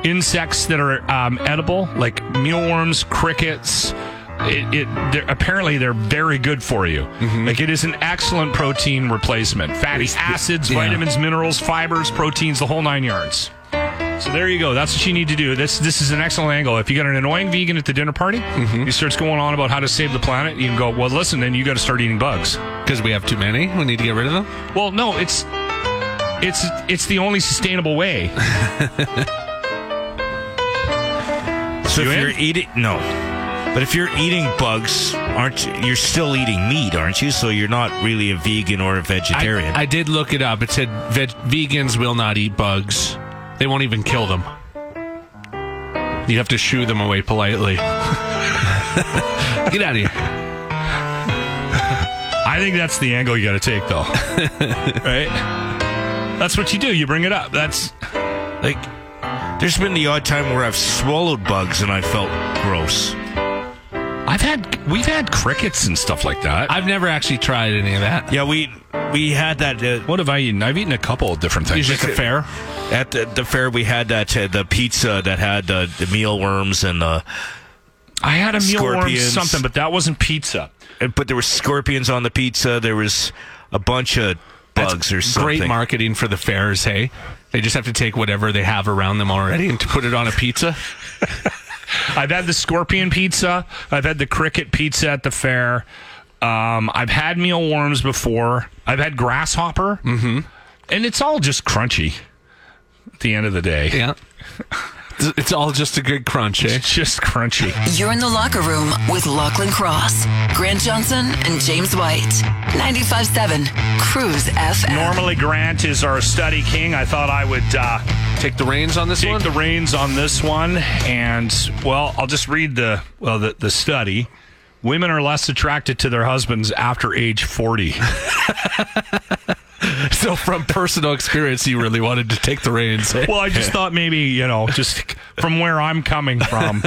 Speaker 3: insects that are um, edible, like mealworms, crickets. It, it they're, apparently they're very good for you. Like it is an excellent protein replacement. Fatty acids,
Speaker 5: yeah.
Speaker 3: vitamins, minerals, fibers, proteins, the whole nine yards. So there you go. That's what you need to do. This this is an excellent angle. If you got an annoying vegan at the dinner party, he starts going on about how to save the planet. You can go, well, listen, then you got to start eating bugs.
Speaker 5: Because we have too many. We need to get rid of them.
Speaker 3: Well, no, it's it's it's the only sustainable way.
Speaker 6: So
Speaker 3: You
Speaker 6: if
Speaker 3: in?
Speaker 6: you're eating no, but if you're eating bugs, aren't you- you're still eating meat, aren't you? So you're not really a vegan or a
Speaker 5: I-
Speaker 6: vegetarian.
Speaker 5: I, did look it up. It said veg- vegans will not eat bugs. They won't even kill them. You have to shoo them away politely. Get out of here.
Speaker 3: I think that's the angle you got to take, though. right? That's what you do. You bring it up. That's
Speaker 6: like, there's been the odd time where I've swallowed bugs and I felt gross.
Speaker 3: I've had we've had crickets and stuff like that.
Speaker 5: I've never actually tried any of that.
Speaker 6: Yeah, we we had that uh,
Speaker 3: what have I eaten? I've eaten a couple of different things.
Speaker 5: Usually at the fair.
Speaker 6: at the, the fair. We had that uh, the pizza that had uh, the mealworms and uh,
Speaker 3: I had a mealworm
Speaker 6: Scorpions.
Speaker 3: something, but that wasn't pizza.
Speaker 6: and- but there were scorpions on the pizza. There was a bunch of
Speaker 5: That's
Speaker 6: bugs or something.
Speaker 5: Great marketing for the fairs, hey? They just have to take whatever they have around them already and to put it on a pizza.
Speaker 3: I've had the scorpion pizza. I've had the cricket pizza at the fair. Um, I've had mealworms before. I've had grasshopper. Mm-hmm. And it's all just crunchy at the end of the day.
Speaker 5: Yeah. It's- It's all just a good crunch, eh?
Speaker 3: It's just crunchy.
Speaker 1: You're in the locker room with Lachlan Cross, Grant Johnson, and James White. 95.7 Cruise FM.
Speaker 3: Normally, Grant is our study king. I thought I would uh,
Speaker 5: Take the reins on this
Speaker 3: take
Speaker 5: one.
Speaker 3: the reins on this one. And, well, I'll just read the, well, the, the study. Women are less attracted to their husbands after age 40.
Speaker 5: so, from personal experience, you really wanted to take the reins. eh?
Speaker 3: Well, I just thought maybe, you know, just from where I'm coming from,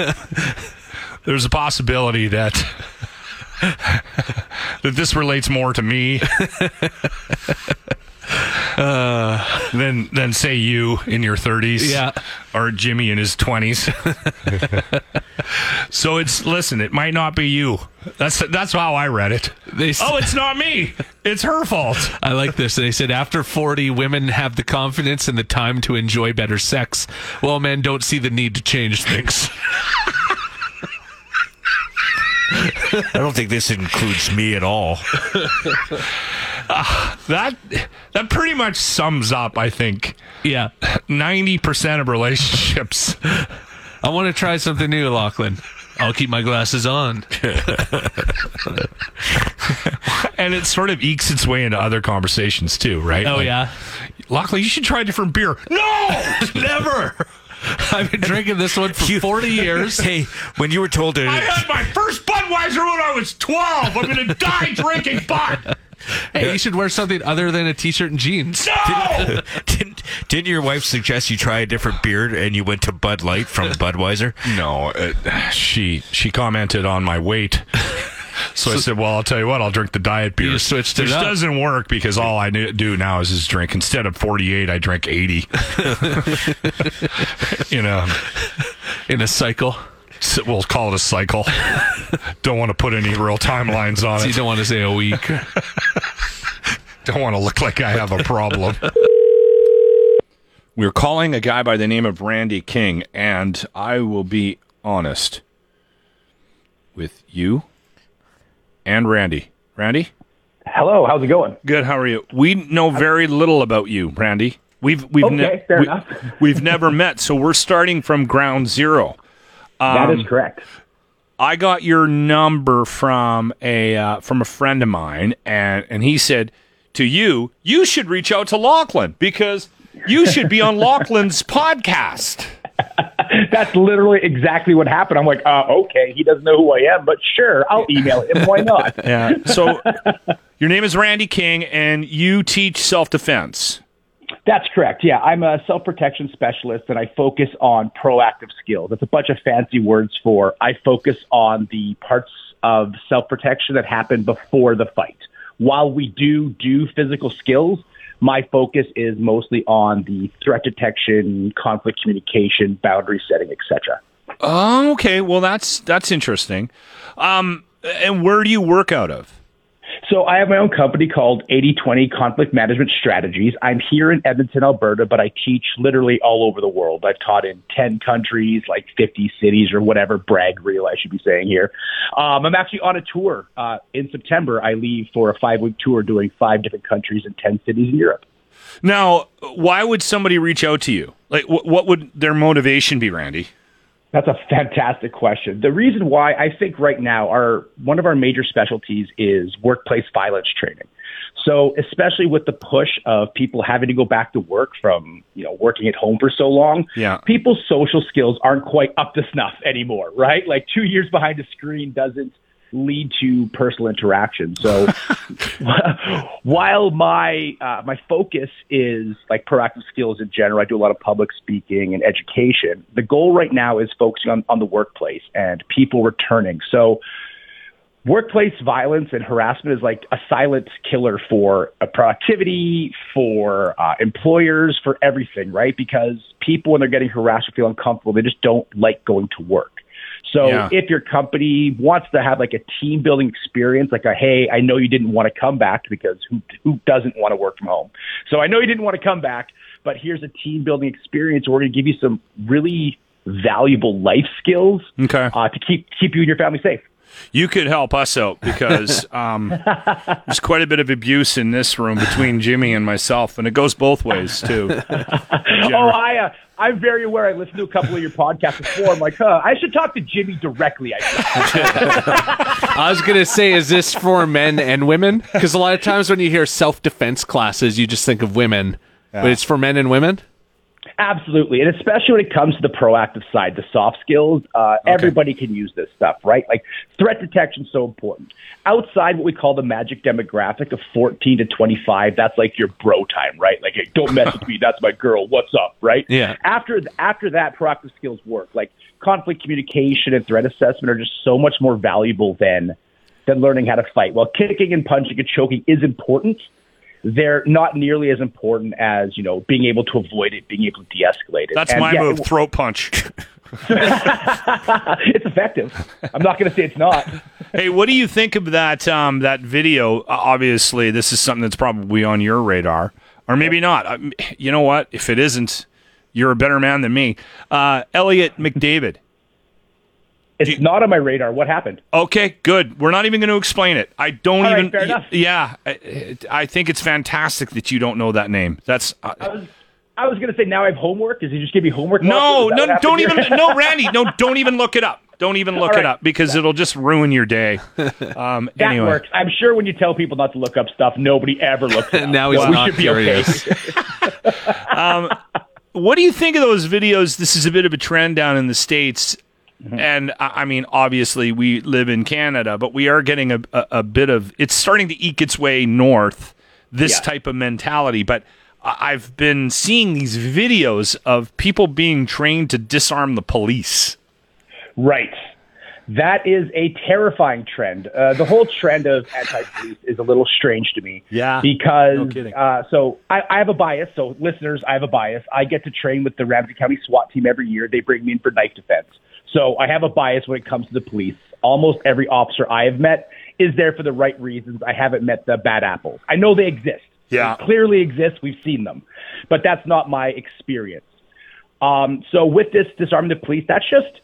Speaker 3: there's a possibility that that this relates more to me than than say you in your 30s
Speaker 5: Uh. Yeah.
Speaker 3: or Jimmy in his 20s. so it's listen, it might not be you. That's that's how I read it.
Speaker 5: They s-
Speaker 3: Oh, it's not me. It's her fault.
Speaker 5: I like this. They said after 40, women have the confidence and the time to enjoy better sex, while men don't see the need to change things.
Speaker 6: I don't think this includes me at all.
Speaker 3: That that pretty much sums up, I think.
Speaker 5: yeah.
Speaker 3: ninety percent of relationships.
Speaker 5: I want to try something new, Lachlan. I'll keep my glasses on.
Speaker 3: and it sort of ekes its way into other conversations too, right?
Speaker 5: Oh,
Speaker 3: Like,
Speaker 5: yeah.
Speaker 3: Lockley, you should try a different beer. No, never.
Speaker 5: I've been drinking this one for 40 years.
Speaker 6: Hey, when you were told to
Speaker 3: I had my first Budweiser when I was twelve. I'm gonna die drinking Bud.
Speaker 5: Hey, you should wear something other than a t shirt and jeans.
Speaker 3: No.
Speaker 6: didn't didn't your wife suggest you try a different beard and you went to Bud Light from Budweiser?
Speaker 3: No, uh, she she commented on my weight. So, I said, "Well, I'll tell you what. I'll drink the diet beer."
Speaker 5: You switched it
Speaker 3: which
Speaker 5: up.
Speaker 3: doesn't work because all I knew- do now is just drink. Instead of forty-eight, I drink eighty. you know,
Speaker 5: In a cycle.
Speaker 3: So we'll call it a cycle. don't want to put any real timelines on
Speaker 5: So you
Speaker 3: it.
Speaker 5: don't want to say a week.
Speaker 3: Don't want to look like I have a problem. We're calling a guy by the name of Randy King, and I will be honest.
Speaker 4: with you and Randy. Randy?
Speaker 10: Hello, how's it going?
Speaker 4: Good, how are you? We know very little about you, Randy. We've we've
Speaker 10: Okay,
Speaker 4: ne-
Speaker 10: fair
Speaker 4: we-
Speaker 10: enough.
Speaker 4: we've never met, so we're starting from ground zero.
Speaker 10: That is correct.
Speaker 4: I got your number from a uh, from a friend of mine, and and he said to you, you should reach out to Lachlan because you should be on Lachlan's podcast.
Speaker 10: That's literally exactly what happened. I'm like, uh, okay, he doesn't know who I am, but sure, I'll email him. Why not?
Speaker 4: Yeah. So your name is Randy King, and you teach self defense.
Speaker 10: That's correct. Yeah, I'm a self protection specialist and I focus on proactive skills. That's a bunch of fancy words for I focus on the parts of self protection that happen before the fight. While we do do physical skills, my focus is mostly on the threat detection, conflict communication, boundary setting, etc.
Speaker 4: Oh, okay. Well, that's that's interesting. Um, and where do you work out of?
Speaker 10: So I have my own company called 8020 Conflict Management Strategies. I'm here in Edmonton, Alberta, but I teach literally all over the world. I've taught in 10 countries, like 50 cities or whatever brag reel I should be saying here. Um, I'm actually on a tour. Uh, in September, I leave for a five week tour doing five different countries in 10 cities in Europe.
Speaker 4: Now, why would somebody reach out to you? Like, wh- what would their motivation be, Randy?
Speaker 10: That's a fantastic question. The reason why I think right now our one of our major specialties is workplace violence training. So especially with the push of people having to go back to work from, you know, working at home for so long,
Speaker 4: Yeah.
Speaker 10: people's social skills aren't quite up to snuff anymore, right? Like 2 years behind a screen doesn't lead to personal interaction. So while my uh, my focus is like proactive skills in general, I do a lot of public speaking and education. The goal right now is focusing on, on the workplace and people returning. So workplace violence and harassment is like a silent killer for uh, productivity, for uh, employers, for everything, right? Because people, when they're getting harassed or feel uncomfortable, they just don't like going to work. So
Speaker 11: Yeah.
Speaker 10: if your company wants to have like a team building experience, like a hey, I know you didn't want to come back because who who doesn't want to work from home? So I know you didn't want to come back, but here's a team building experience. We're going to give you some really valuable life skills
Speaker 4: okay.
Speaker 10: uh, to keep keep you and your family safe.
Speaker 4: You could help us out because um, there's quite a bit of abuse in this room between Jimmy and myself, and it goes both ways too.
Speaker 10: Oh, I, uh, I'm very aware. I listened to a couple of your podcasts before. I'm like, huh, I should talk to Jimmy directly. I
Speaker 5: I was gonna say, is this for men and women? Because a lot of times when you hear self defense classes, you just think of women, but it's for men and women.
Speaker 10: Absolutely. And especially when it comes to the proactive side, the soft skills, uh, everybody can use this stuff, right? Like threat detection so important. Outside what we call the magic demographic of 14 to 25, that's like your bro time, right? Like, hey, don't mess with me. That's my girl. What's up, right?
Speaker 5: Yeah.
Speaker 10: After, th- after that, proactive skills work. Like conflict communication and threat assessment are just so much more valuable than, than learning how to fight. While kicking and punching and choking is important, they're not nearly as important as you know being able to avoid it, being able to de-escalate it.
Speaker 4: That's
Speaker 10: And
Speaker 4: my
Speaker 10: yeah,
Speaker 4: move:
Speaker 10: it-
Speaker 4: throat punch.
Speaker 10: it's effective. I'm not going to say it's not.
Speaker 4: hey, what do you think of that um, that video? Uh, Obviously, this is something that's probably on your radar, or maybe not. Um, you know what? If it isn't, you're a better man than me. Uh, Elliot McDavid.
Speaker 10: It's not on my radar. What happened?
Speaker 4: Okay, good. We're not even going to explain it. I don't
Speaker 10: All right,
Speaker 4: even.
Speaker 10: fair enough.
Speaker 4: yeah, I, I think it's fantastic that you don't know that name. That's uh,
Speaker 10: I was going to say now I have homework. Does he just give me homework?
Speaker 4: No,
Speaker 10: Is that what
Speaker 4: no,
Speaker 10: happened
Speaker 4: don't
Speaker 10: here?
Speaker 4: even. No, Randy, no, don't even look it up. Don't even look
Speaker 10: All
Speaker 4: it
Speaker 10: right.
Speaker 4: up because it'll just ruin your day. Um,
Speaker 10: That
Speaker 4: anyway.
Speaker 10: works. I'm sure when you tell people not to look up stuff, nobody ever looks. It up.
Speaker 4: Now he's
Speaker 10: So we
Speaker 4: not
Speaker 10: should be
Speaker 4: curious.
Speaker 10: okay.
Speaker 4: um, what do you think of those videos? This is a bit of a trend down in the states,
Speaker 10: Mm-hmm.
Speaker 4: and I I mean, obviously, we live in Canada, but we are getting a, a, a bit of it's starting to eke its way north. This type of mentality, but I- I've been seeing these videos of people being trained to disarm the police.
Speaker 10: Right. That is a terrifying trend. Uh, the whole trend of anti-police is a little strange to me.
Speaker 4: Yeah.
Speaker 10: Because
Speaker 4: No kidding.
Speaker 10: uh, so I, I have a bias. So listeners, I have a bias. I get to train with the Ramsey County SWAT team every year. They bring me in for knife defense. So I have a bias when it comes to the police. Almost every officer I have met is there for the right reasons. I haven't met the bad apples. I know they exist.
Speaker 4: Yeah.
Speaker 10: They clearly exist. We've seen them, but that's not my experience. Um, so with this disarm the police, that's just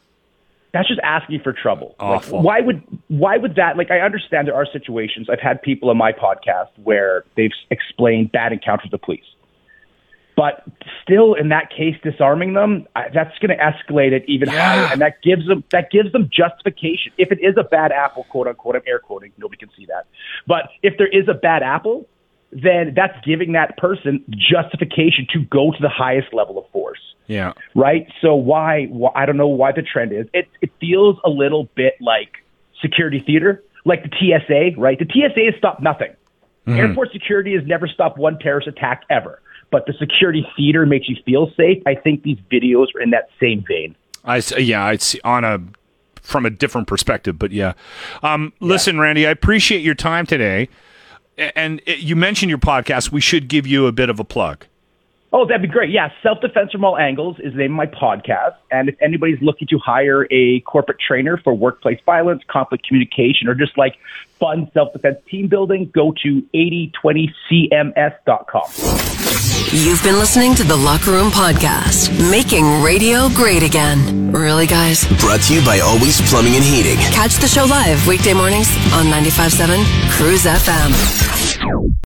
Speaker 8: that's just asking for trouble.
Speaker 4: Awful.
Speaker 8: Like, why would why would that? Like, I understand there are situations. I've had people on my podcast where they've explained bad encounters with the police, but still, in that case, disarming them I, that's going to escalate it even higher, and that gives them that gives them justification. If it is a bad apple, quote unquote, I'm air quoting. Nobody can see that, but if there is a bad apple, then that's giving that person justification to go to the highest level of force
Speaker 4: Yeah.
Speaker 8: right? So why, why I don't know why the trend is. It it feels a little bit like security theater, like the TSA, right? The TSA has stopped nothing.
Speaker 12: Mhm.
Speaker 8: Airport security has never stopped one terrorist attack ever. But the security theater makes you feel safe. I think these videos are in that same vein.
Speaker 4: I s- yeah, it's on a from a different perspective, but yeah. Um, Listen, Randy, I appreciate your time today, A- and it, you mentioned your podcast. We should give you a bit of a plug.
Speaker 8: Oh, that'd be great. Yeah, Self Defense from All Angles is the name of my podcast. And if anybody's looking to hire a corporate trainer for workplace violence, conflict communication, or just like fun self defense team building, go to 8020cms.com.
Speaker 10: You've been listening to the Locker Room Podcast, making radio great again. Really, guys?
Speaker 13: Brought to you by Always Plumbing and Heating.
Speaker 10: Catch the show live weekday mornings on 95.7 Cruise FM.